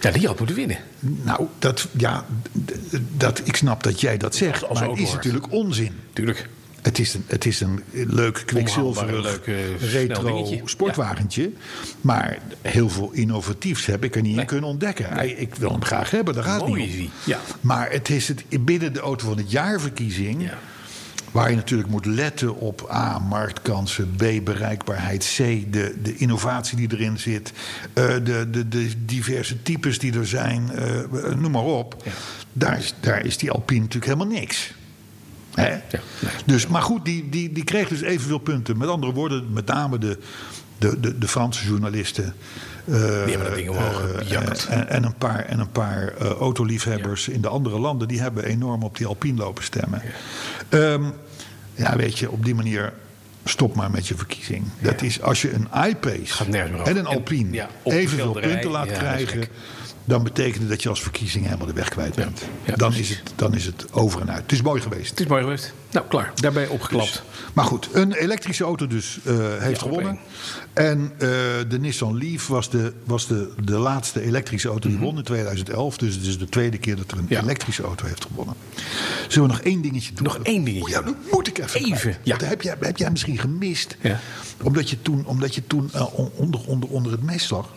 S2: Ja, die had moeten winnen.
S4: nou, dat, ja, d- dat, ik snap dat jij dat zegt,
S2: Als
S4: maar het is
S2: automarkt.
S4: natuurlijk onzin.
S2: Tuurlijk.
S4: Het is een, het is een leuk kwikzilverig
S2: Onhaalbaar, leuk, eh, snel
S4: retro
S2: dingetje.
S4: sportwagentje. Maar heel veel innovatiefs heb ik er niet in kunnen ontdekken. Hij- Ik wil hem graag hebben, daar gaat het
S2: Mooi
S4: niet om.
S2: is hij, ja.
S4: Maar het is het, binnen de auto van het jaarverkiezing...
S2: Ja.
S4: waar je natuurlijk moet letten op A, marktkansen... B, bereikbaarheid, C, de, de innovatie die erin zit... eh, de, de, de diverse types die er zijn, eh, eh, noem maar op. Daar, is- daar is die Alpine natuurlijk helemaal niks. Hè? Dus, maar goed, die, die, die kreeg dus evenveel punten. Met andere woorden, met name de, de, de, de Franse journalisten. eh,
S2: hebben dat ding omhoog
S4: eh,
S2: gejakkerd.
S4: en, en een paar, en een paar eh, autoliefhebbers in de andere landen... die hebben enorm op die Alpine lopen stemmen. Ja, ja weet je, op die manier... Stop maar met je verkiezing. Dat is als je een
S2: Gaat
S4: iPace
S2: nergens meer over.
S4: en
S2: En-
S4: een Alpine
S2: ja, op de
S4: evenveel
S2: schilderij,
S4: punten laat
S2: ja, dat is
S4: krijgen,
S2: gek.
S4: dan betekent het dat je als verkiezing helemaal de weg kwijt bent.
S2: ja,
S4: dan,
S2: precies.
S4: is het, dan is het over en uit. Het is mooi geweest.
S2: Het is mooi geweest. Nou, klaar. Daarbij opgeklapt.
S4: Maar goed, een elektrische auto dus eh, heeft
S2: op
S4: gewonnen. En eh, de Nissan Leaf was de, was de, de laatste elektrische auto die won in 2011. Dus het is de tweede keer dat er een
S2: Mhm. Ja.
S4: elektrische auto heeft gewonnen. Zullen we nog één dingetje doen?
S2: Nog één dingetje.
S4: Ja, dat moet ik even.
S2: Even,
S4: kwijt.
S2: ja.
S4: Want heb jij, heb jij misschien gemist.
S2: Ja.
S4: Omdat je toen, omdat je toen eh, on- onder, onder, onder het mes lag.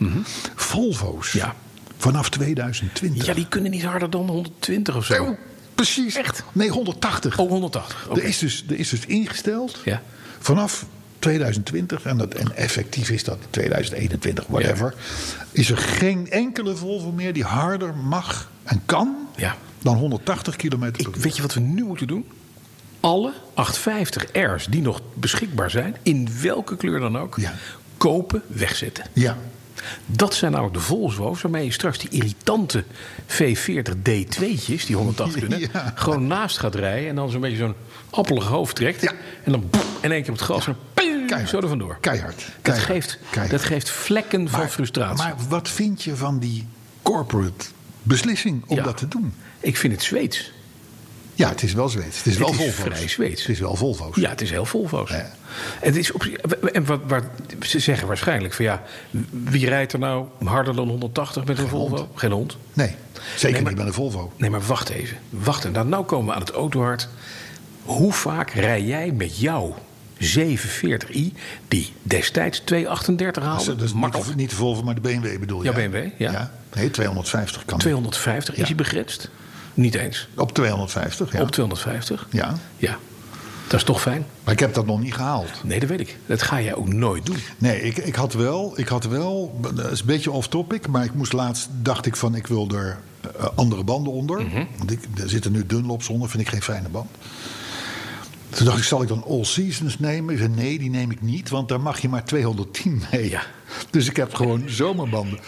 S4: Volvo's.
S2: Mhm. Ja.
S4: Vanaf 2020.
S2: Ja, die kunnen niet harder dan 120 of zo.
S4: Zo, Precies.
S2: Echt?
S4: Nee, 180.
S2: Oh, 180. Oké.
S4: Er, is dus, er is dus ingesteld
S2: Ja.
S4: vanaf 2020, en, dat, en effectief is dat 2021, whatever. Is er geen enkele Volvo meer die harder mag en kan
S2: Ja.
S4: dan 180 km per
S2: Ik,
S4: uur.
S2: weet je wat we nu moeten doen? Alle 850R's die nog beschikbaar zijn, in welke kleur dan ook,
S4: Ja.
S2: kopen, wegzetten.
S4: Ja,
S2: Dat zijn nou de Volvo's waarmee je straks die irritante V40D2'tjes, die 180 kunnen,
S4: Ja.
S2: gewoon naast gaat rijden en dan zo'n beetje zo'n appelig hoofd trekt.
S4: Ja.
S2: En dan boem, in één keer op het gras, en dan ping,
S4: Keihard.
S2: zo er vandoor.
S4: Keihard.
S2: Dat,
S4: Keihard.
S2: geeft,
S4: Keihard.
S2: dat geeft vlekken van frustratie.
S4: maar wat vind je van die corporate beslissing om
S2: Ja.
S4: dat te doen?
S2: Ik vind het Zweeds.
S4: Ja, het is wel Zweeds. Het is wel
S2: is
S4: Volvo's.
S2: vrij Zweeds.
S4: Het is wel Volvo's.
S2: Ja, het is heel Volvo's.
S4: Ja.
S2: Het is op, en wat, waar, ze zeggen waarschijnlijk van ja, wie rijdt er nou harder dan 180 met een Volvo? Geen hond.
S4: Nee, zeker
S2: Nee, maar- Nou,
S4: niet met een Volvo.
S2: Nee, maar wacht even. Wacht en dan nou komen we aan het autohart. Hoe vaak rij jij met jouw 47i die destijds 238 haalde?
S4: Dat is
S2: Makkelijk.
S4: niet, niet de Volvo, maar de BMW bedoel je?
S2: Ja, BMW, ja.
S4: Nee, 250 kan.
S2: 250
S4: Ja.
S2: is hij begrensd? Niet eens.
S4: Op 250, ja.
S2: Op 250?
S4: ja.
S2: Ja. Dat is toch fijn?
S4: Maar ik heb dat nog niet gehaald.
S2: Nee, dat weet ik. Dat ga jij ook nooit doen.
S4: Nee, ik, ik had wel, ik had wel, dat is een beetje off-topic, maar ik moest laatst, dacht ik van, ik wil er eh, andere banden onder.
S2: Mhm.
S4: Want ik, er zitten nu Dunlops onder, vind ik geen fijne band. Toen dacht ik, zal ik dan All Seasons nemen? Ik zei, nee, die neem ik niet, want daar mag je maar 210 mee.
S2: Ja.
S4: Dus ik heb gewoon zomerbanden.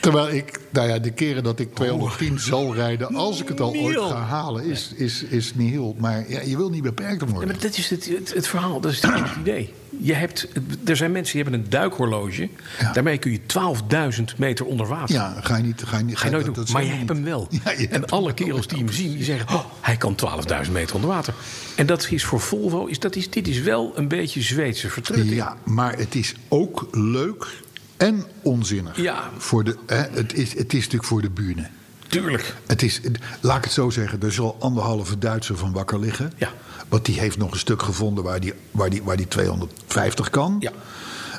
S4: Terwijl ik, nou ja, de keren dat ik 210 zal rijden, als ik het al ooit
S2: Oh. Niel.
S4: ga halen, is, is, is niet heel. Maar ja, je wil niet beperkt worden.
S2: Ja, maar dat is het, het, het verhaal, dat is het hele idee. Je hebt, er zijn mensen die hebben een duikhorloge.
S4: Ja.
S2: Daarmee kun je 12.000 meter onder water.
S4: Ja, ga je niet. Ga je, niet-
S2: Ga je nooit
S4: dat-
S2: doen.
S4: dat
S2: maar je
S4: zou
S2: hebt
S4: niet.
S2: hem wel.
S4: Ja, je
S2: en
S4: hebt hem
S2: alle
S4: wel.
S2: kerels die hem zien, die zeggen... Oh, hij kan 12.000 meter onder water. En dat is voor Volvo... Is, dat is, dit is wel een beetje Zweedse vertrutting.
S4: Ja, maar het is ook leuk en onzinnig.
S2: Ja.
S4: Voor de, hè, het, is, het is natuurlijk voor de bühne.
S2: Tuurlijk.
S4: Het is, laat ik het zo zeggen, er zal anderhalve Duitser van wakker liggen.
S2: Ja.
S4: Want die heeft nog een stuk gevonden waar die, waar die, waar die 250 kan.
S2: Ja.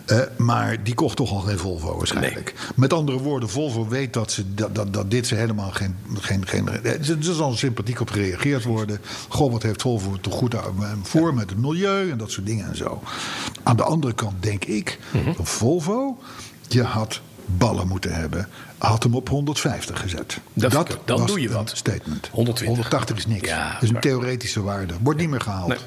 S4: Eh, maar die kocht toch al geen Volvo waarschijnlijk. Met andere woorden, Volvo weet dat, ze, dat, dat, dat dit ze helemaal geen... geen, geen er z- er zal sympathiek op gereageerd worden. Goh, wat heeft Volvo het toch goed aan- voor met het milieu en dat soort dingen en zo. Aan de andere kant denk ik,
S2: Mhm.
S4: van Volvo, je had ballen moeten hebben. Had hem op 150 gezet.
S2: Dat vind ik ook. Dan
S4: was
S2: doe je
S4: een
S2: wat.
S4: Statement.
S2: 120.
S4: 180 is niks.
S2: Ja,
S4: dat is een
S2: maar-
S4: theoretische waarde. Wordt niet meer gehaald.
S2: Nee.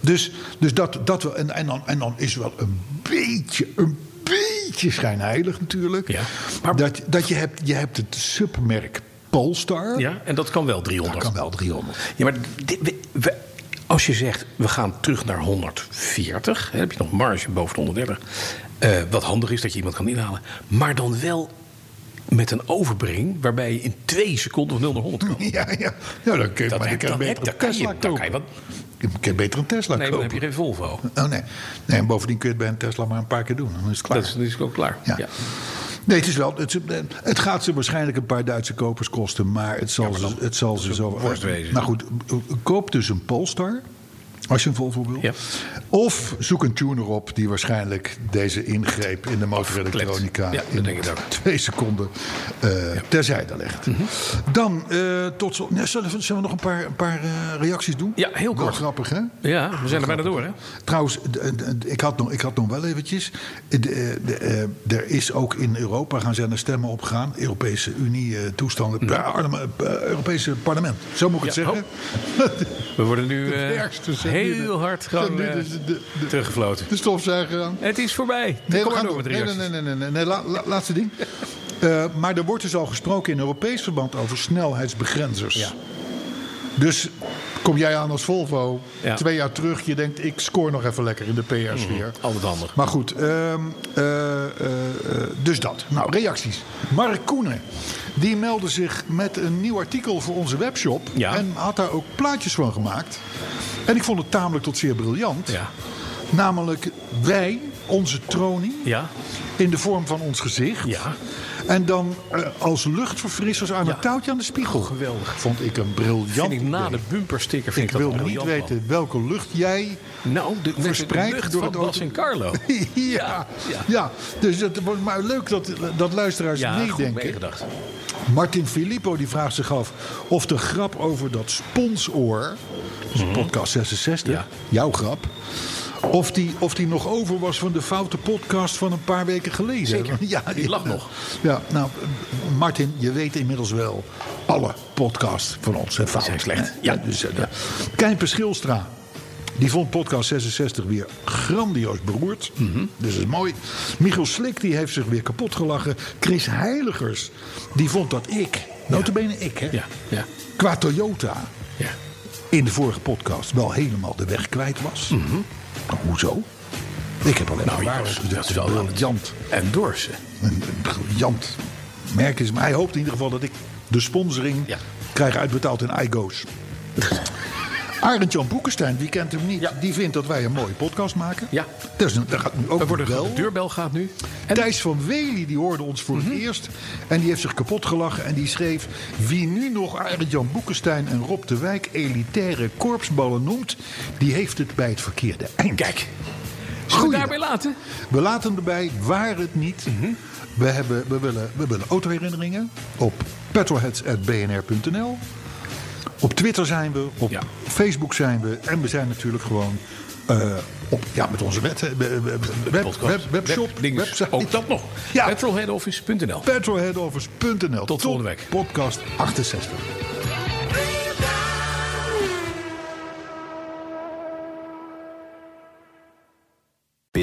S4: Dus, dus dat, dat wel. En, en, dan, en dan is wel een beetje, een beetje schijnheilig natuurlijk.
S2: Ja. Maar-
S4: dat, dat je hebt, je hebt het submerk Polestar.
S2: Ja, en dat kan wel
S4: Dat
S2: 300.
S4: kan wel 300.
S2: Ja, maar dit- we- we- Als je zegt, we gaan terug naar 140, hè, heb je nog marge boven de 130. eh, wat handig is dat je iemand kan inhalen. Maar dan wel met een overbreng waarbij je in twee seconden van 0 naar 100 kan.
S4: Ja, ja. ja dan kun je,
S2: Dat
S4: maar
S2: heb-
S4: dan kan je
S2: dat
S4: beter
S2: heb- dat
S4: een
S2: kan je-
S4: Tesla
S2: dat
S4: kopen.
S2: kan je wat-
S4: Je kan beter een Tesla
S2: Nee, maar dan heb je
S4: kopen.
S2: geen Volvo.
S4: Oh nee. nee. En bovendien kun je het bij een Tesla maar een paar keer doen. Dan is het klaar.
S2: Dat is, dat is ook klaar.
S4: Ja.
S2: Ja.
S4: Nee, het, is wel, het, is- het gaat ze waarschijnlijk een paar Duitse kopers kosten. Maar het zal, ze, het zal ze zo.
S2: worst wezen.
S4: Nou goed, koop dus een Polestar. Als je een Volvo wil.
S2: Ja.
S4: Of zoek een tuner op die waarschijnlijk deze ingreep in de motorelektronica.
S2: Ja, dat
S4: in
S2: denk ik ook. Mhm.
S4: Twee seconden eh, terzijde legt. Dan eh, tot zo. Nee, zullen, we, zullen we nog een paar, een paar eh, reacties doen?
S2: Ja, heel
S4: Wel
S2: kort.
S4: grappig, hè?
S2: Ja, we zijn er bijna door, hè?
S4: Trouwens, d- d- d- ik had nog, ik had nog wel eventjes. De, de, eh, er is ook in Europa gaan zijn er stemmen opgegaan. Europese Unie eh, toestanden. Ja, Arnhem- eh, Europese parlement. Zo moet ik het
S2: Ja,
S4: zeggen.
S2: We worden nu
S4: De
S2: eh,
S4: ergste zijn nu
S2: heel
S4: de-
S2: hard
S4: zijn
S2: gewoon
S4: nu
S2: eh,
S4: de- de- de-
S2: teruggefloten.
S4: De stofzuiger aan.
S2: Het is voorbij.
S4: Nee,
S2: Kom
S4: we
S2: maar
S4: gaan
S2: door
S4: door.
S2: met de
S4: Nee, nee,
S2: reacties.
S4: nee, nee, nee, nee. La- la- laatste ding. Eh, maar er wordt dus al gesproken in Europees verband over snelheidsbegrenzers.
S2: Ja.
S4: Dus kom jij aan als Volvo,
S2: Ja. Mm-hmm.
S4: twee jaar terug, je denkt ik score nog even lekker in de PR-sfeer.
S2: altijd handig.
S4: Maar goed, ehm, eh, eh, eh, dus dat. Nou, reacties. Mark Koenen, die meldde zich met een nieuw artikel voor onze webshop.
S2: Ja.
S4: En had daar ook plaatjes van gemaakt. En ik vond het tamelijk tot zeer briljant.
S2: Ja.
S4: Namelijk wij, onze tronie,
S2: Ja.
S4: in de vorm van ons gezicht.
S2: Ja.
S4: En dan eh, als luchtverfrissers aan het touwtje aan de spiegel.
S2: Oh, geweldig.
S4: Vond ik een briljant
S2: Vind ik na
S4: idee.
S2: de bumpersticker
S4: Ik
S2: vind ik,
S4: wil
S2: dat een
S4: niet
S2: briljant
S4: weten welke lucht jij
S2: plan. Nou, de, met de
S4: verspreid
S2: lucht
S4: door
S2: van
S4: het auto-
S2: Bas en Carlo.
S4: ja, ja,
S2: ja.
S4: dus dat wordt maar leuk dat, dat luisteraars
S2: Ja, goed
S4: meedenken.
S2: meegedacht.
S4: Martin Filippo die vraagt zich af of de grap over dat sponsoor, dus podcast 66,
S2: Mhm. Ja.
S4: jouw grap, of die, of die nog over was van de foute podcast van een paar weken geleden.
S2: Zeker.
S4: Ja,
S2: Die
S4: ja.
S2: lag nog.
S4: Ja, nou, Martin, je weet inmiddels wel, alle podcasts van ons zijn fout.
S2: Zijn slecht.
S4: Ja, dus, eh, ja. Kijper Schilstra. Die vond podcast 66 weer grandioos beroerd.
S2: Mhm.
S4: Dus dat is mooi. Michiel Slik die heeft zich weer kapot gelachen. Chris Heiligers die vond dat ik, notabene ik hè,
S2: Ja, ja,
S4: qua Toyota
S2: ja.
S4: in de vorige podcast wel helemaal de weg kwijt was. Nou, hoezo? Ik heb alleen maar
S2: Mhm. Nou, ja,
S4: waarheid
S2: dat
S4: gezegd.
S2: is
S4: Het is
S2: wel-
S4: briljant.
S2: En Dorsen.
S4: Een een briljant merk is. Maar hij hoopt in ieder geval dat ik de sponsoring
S2: Ja.
S4: krijg uitbetaald in iGo's. Arend Jan Boekenstein, die kent hem niet,
S2: Ja.
S4: die vindt dat wij een mooie podcast maken.
S2: Ja.
S4: Dus dat gaat nu ook
S2: We worden,
S4: wel.
S2: de deurbel gaat nu. En Mhm.
S4: Thijs van Wely die hoorde ons voor het eerst. En die heeft zich kapot gelachen. En die schreef. Wie nu nog Arend Jan Boekenstein en Rob de Wijk elitaire korpsballen noemt. die heeft het bij het verkeerde eind.
S2: kijk, zullen we
S4: Goeiedag.
S2: daarbij laten?
S4: We laten hem erbij, waar het niet.
S2: Mhm.
S4: we, hebben, we, willen, we willen autoherinneringen op petrolheads.bnr.nl. Op Twitter zijn we, op
S2: Ja.
S4: Facebook zijn we. En we zijn natuurlijk gewoon eh, op, ja, met onze wet, eh, web, web-
S2: Podcast.
S4: web- webshop,
S2: Web- dinges.
S4: website.
S2: Ook dat nog.
S4: Ja.
S2: Petrolheadoffice.nl.
S4: Petrolheadovers.nl.
S2: Tot volgende week.
S4: Podcast 68.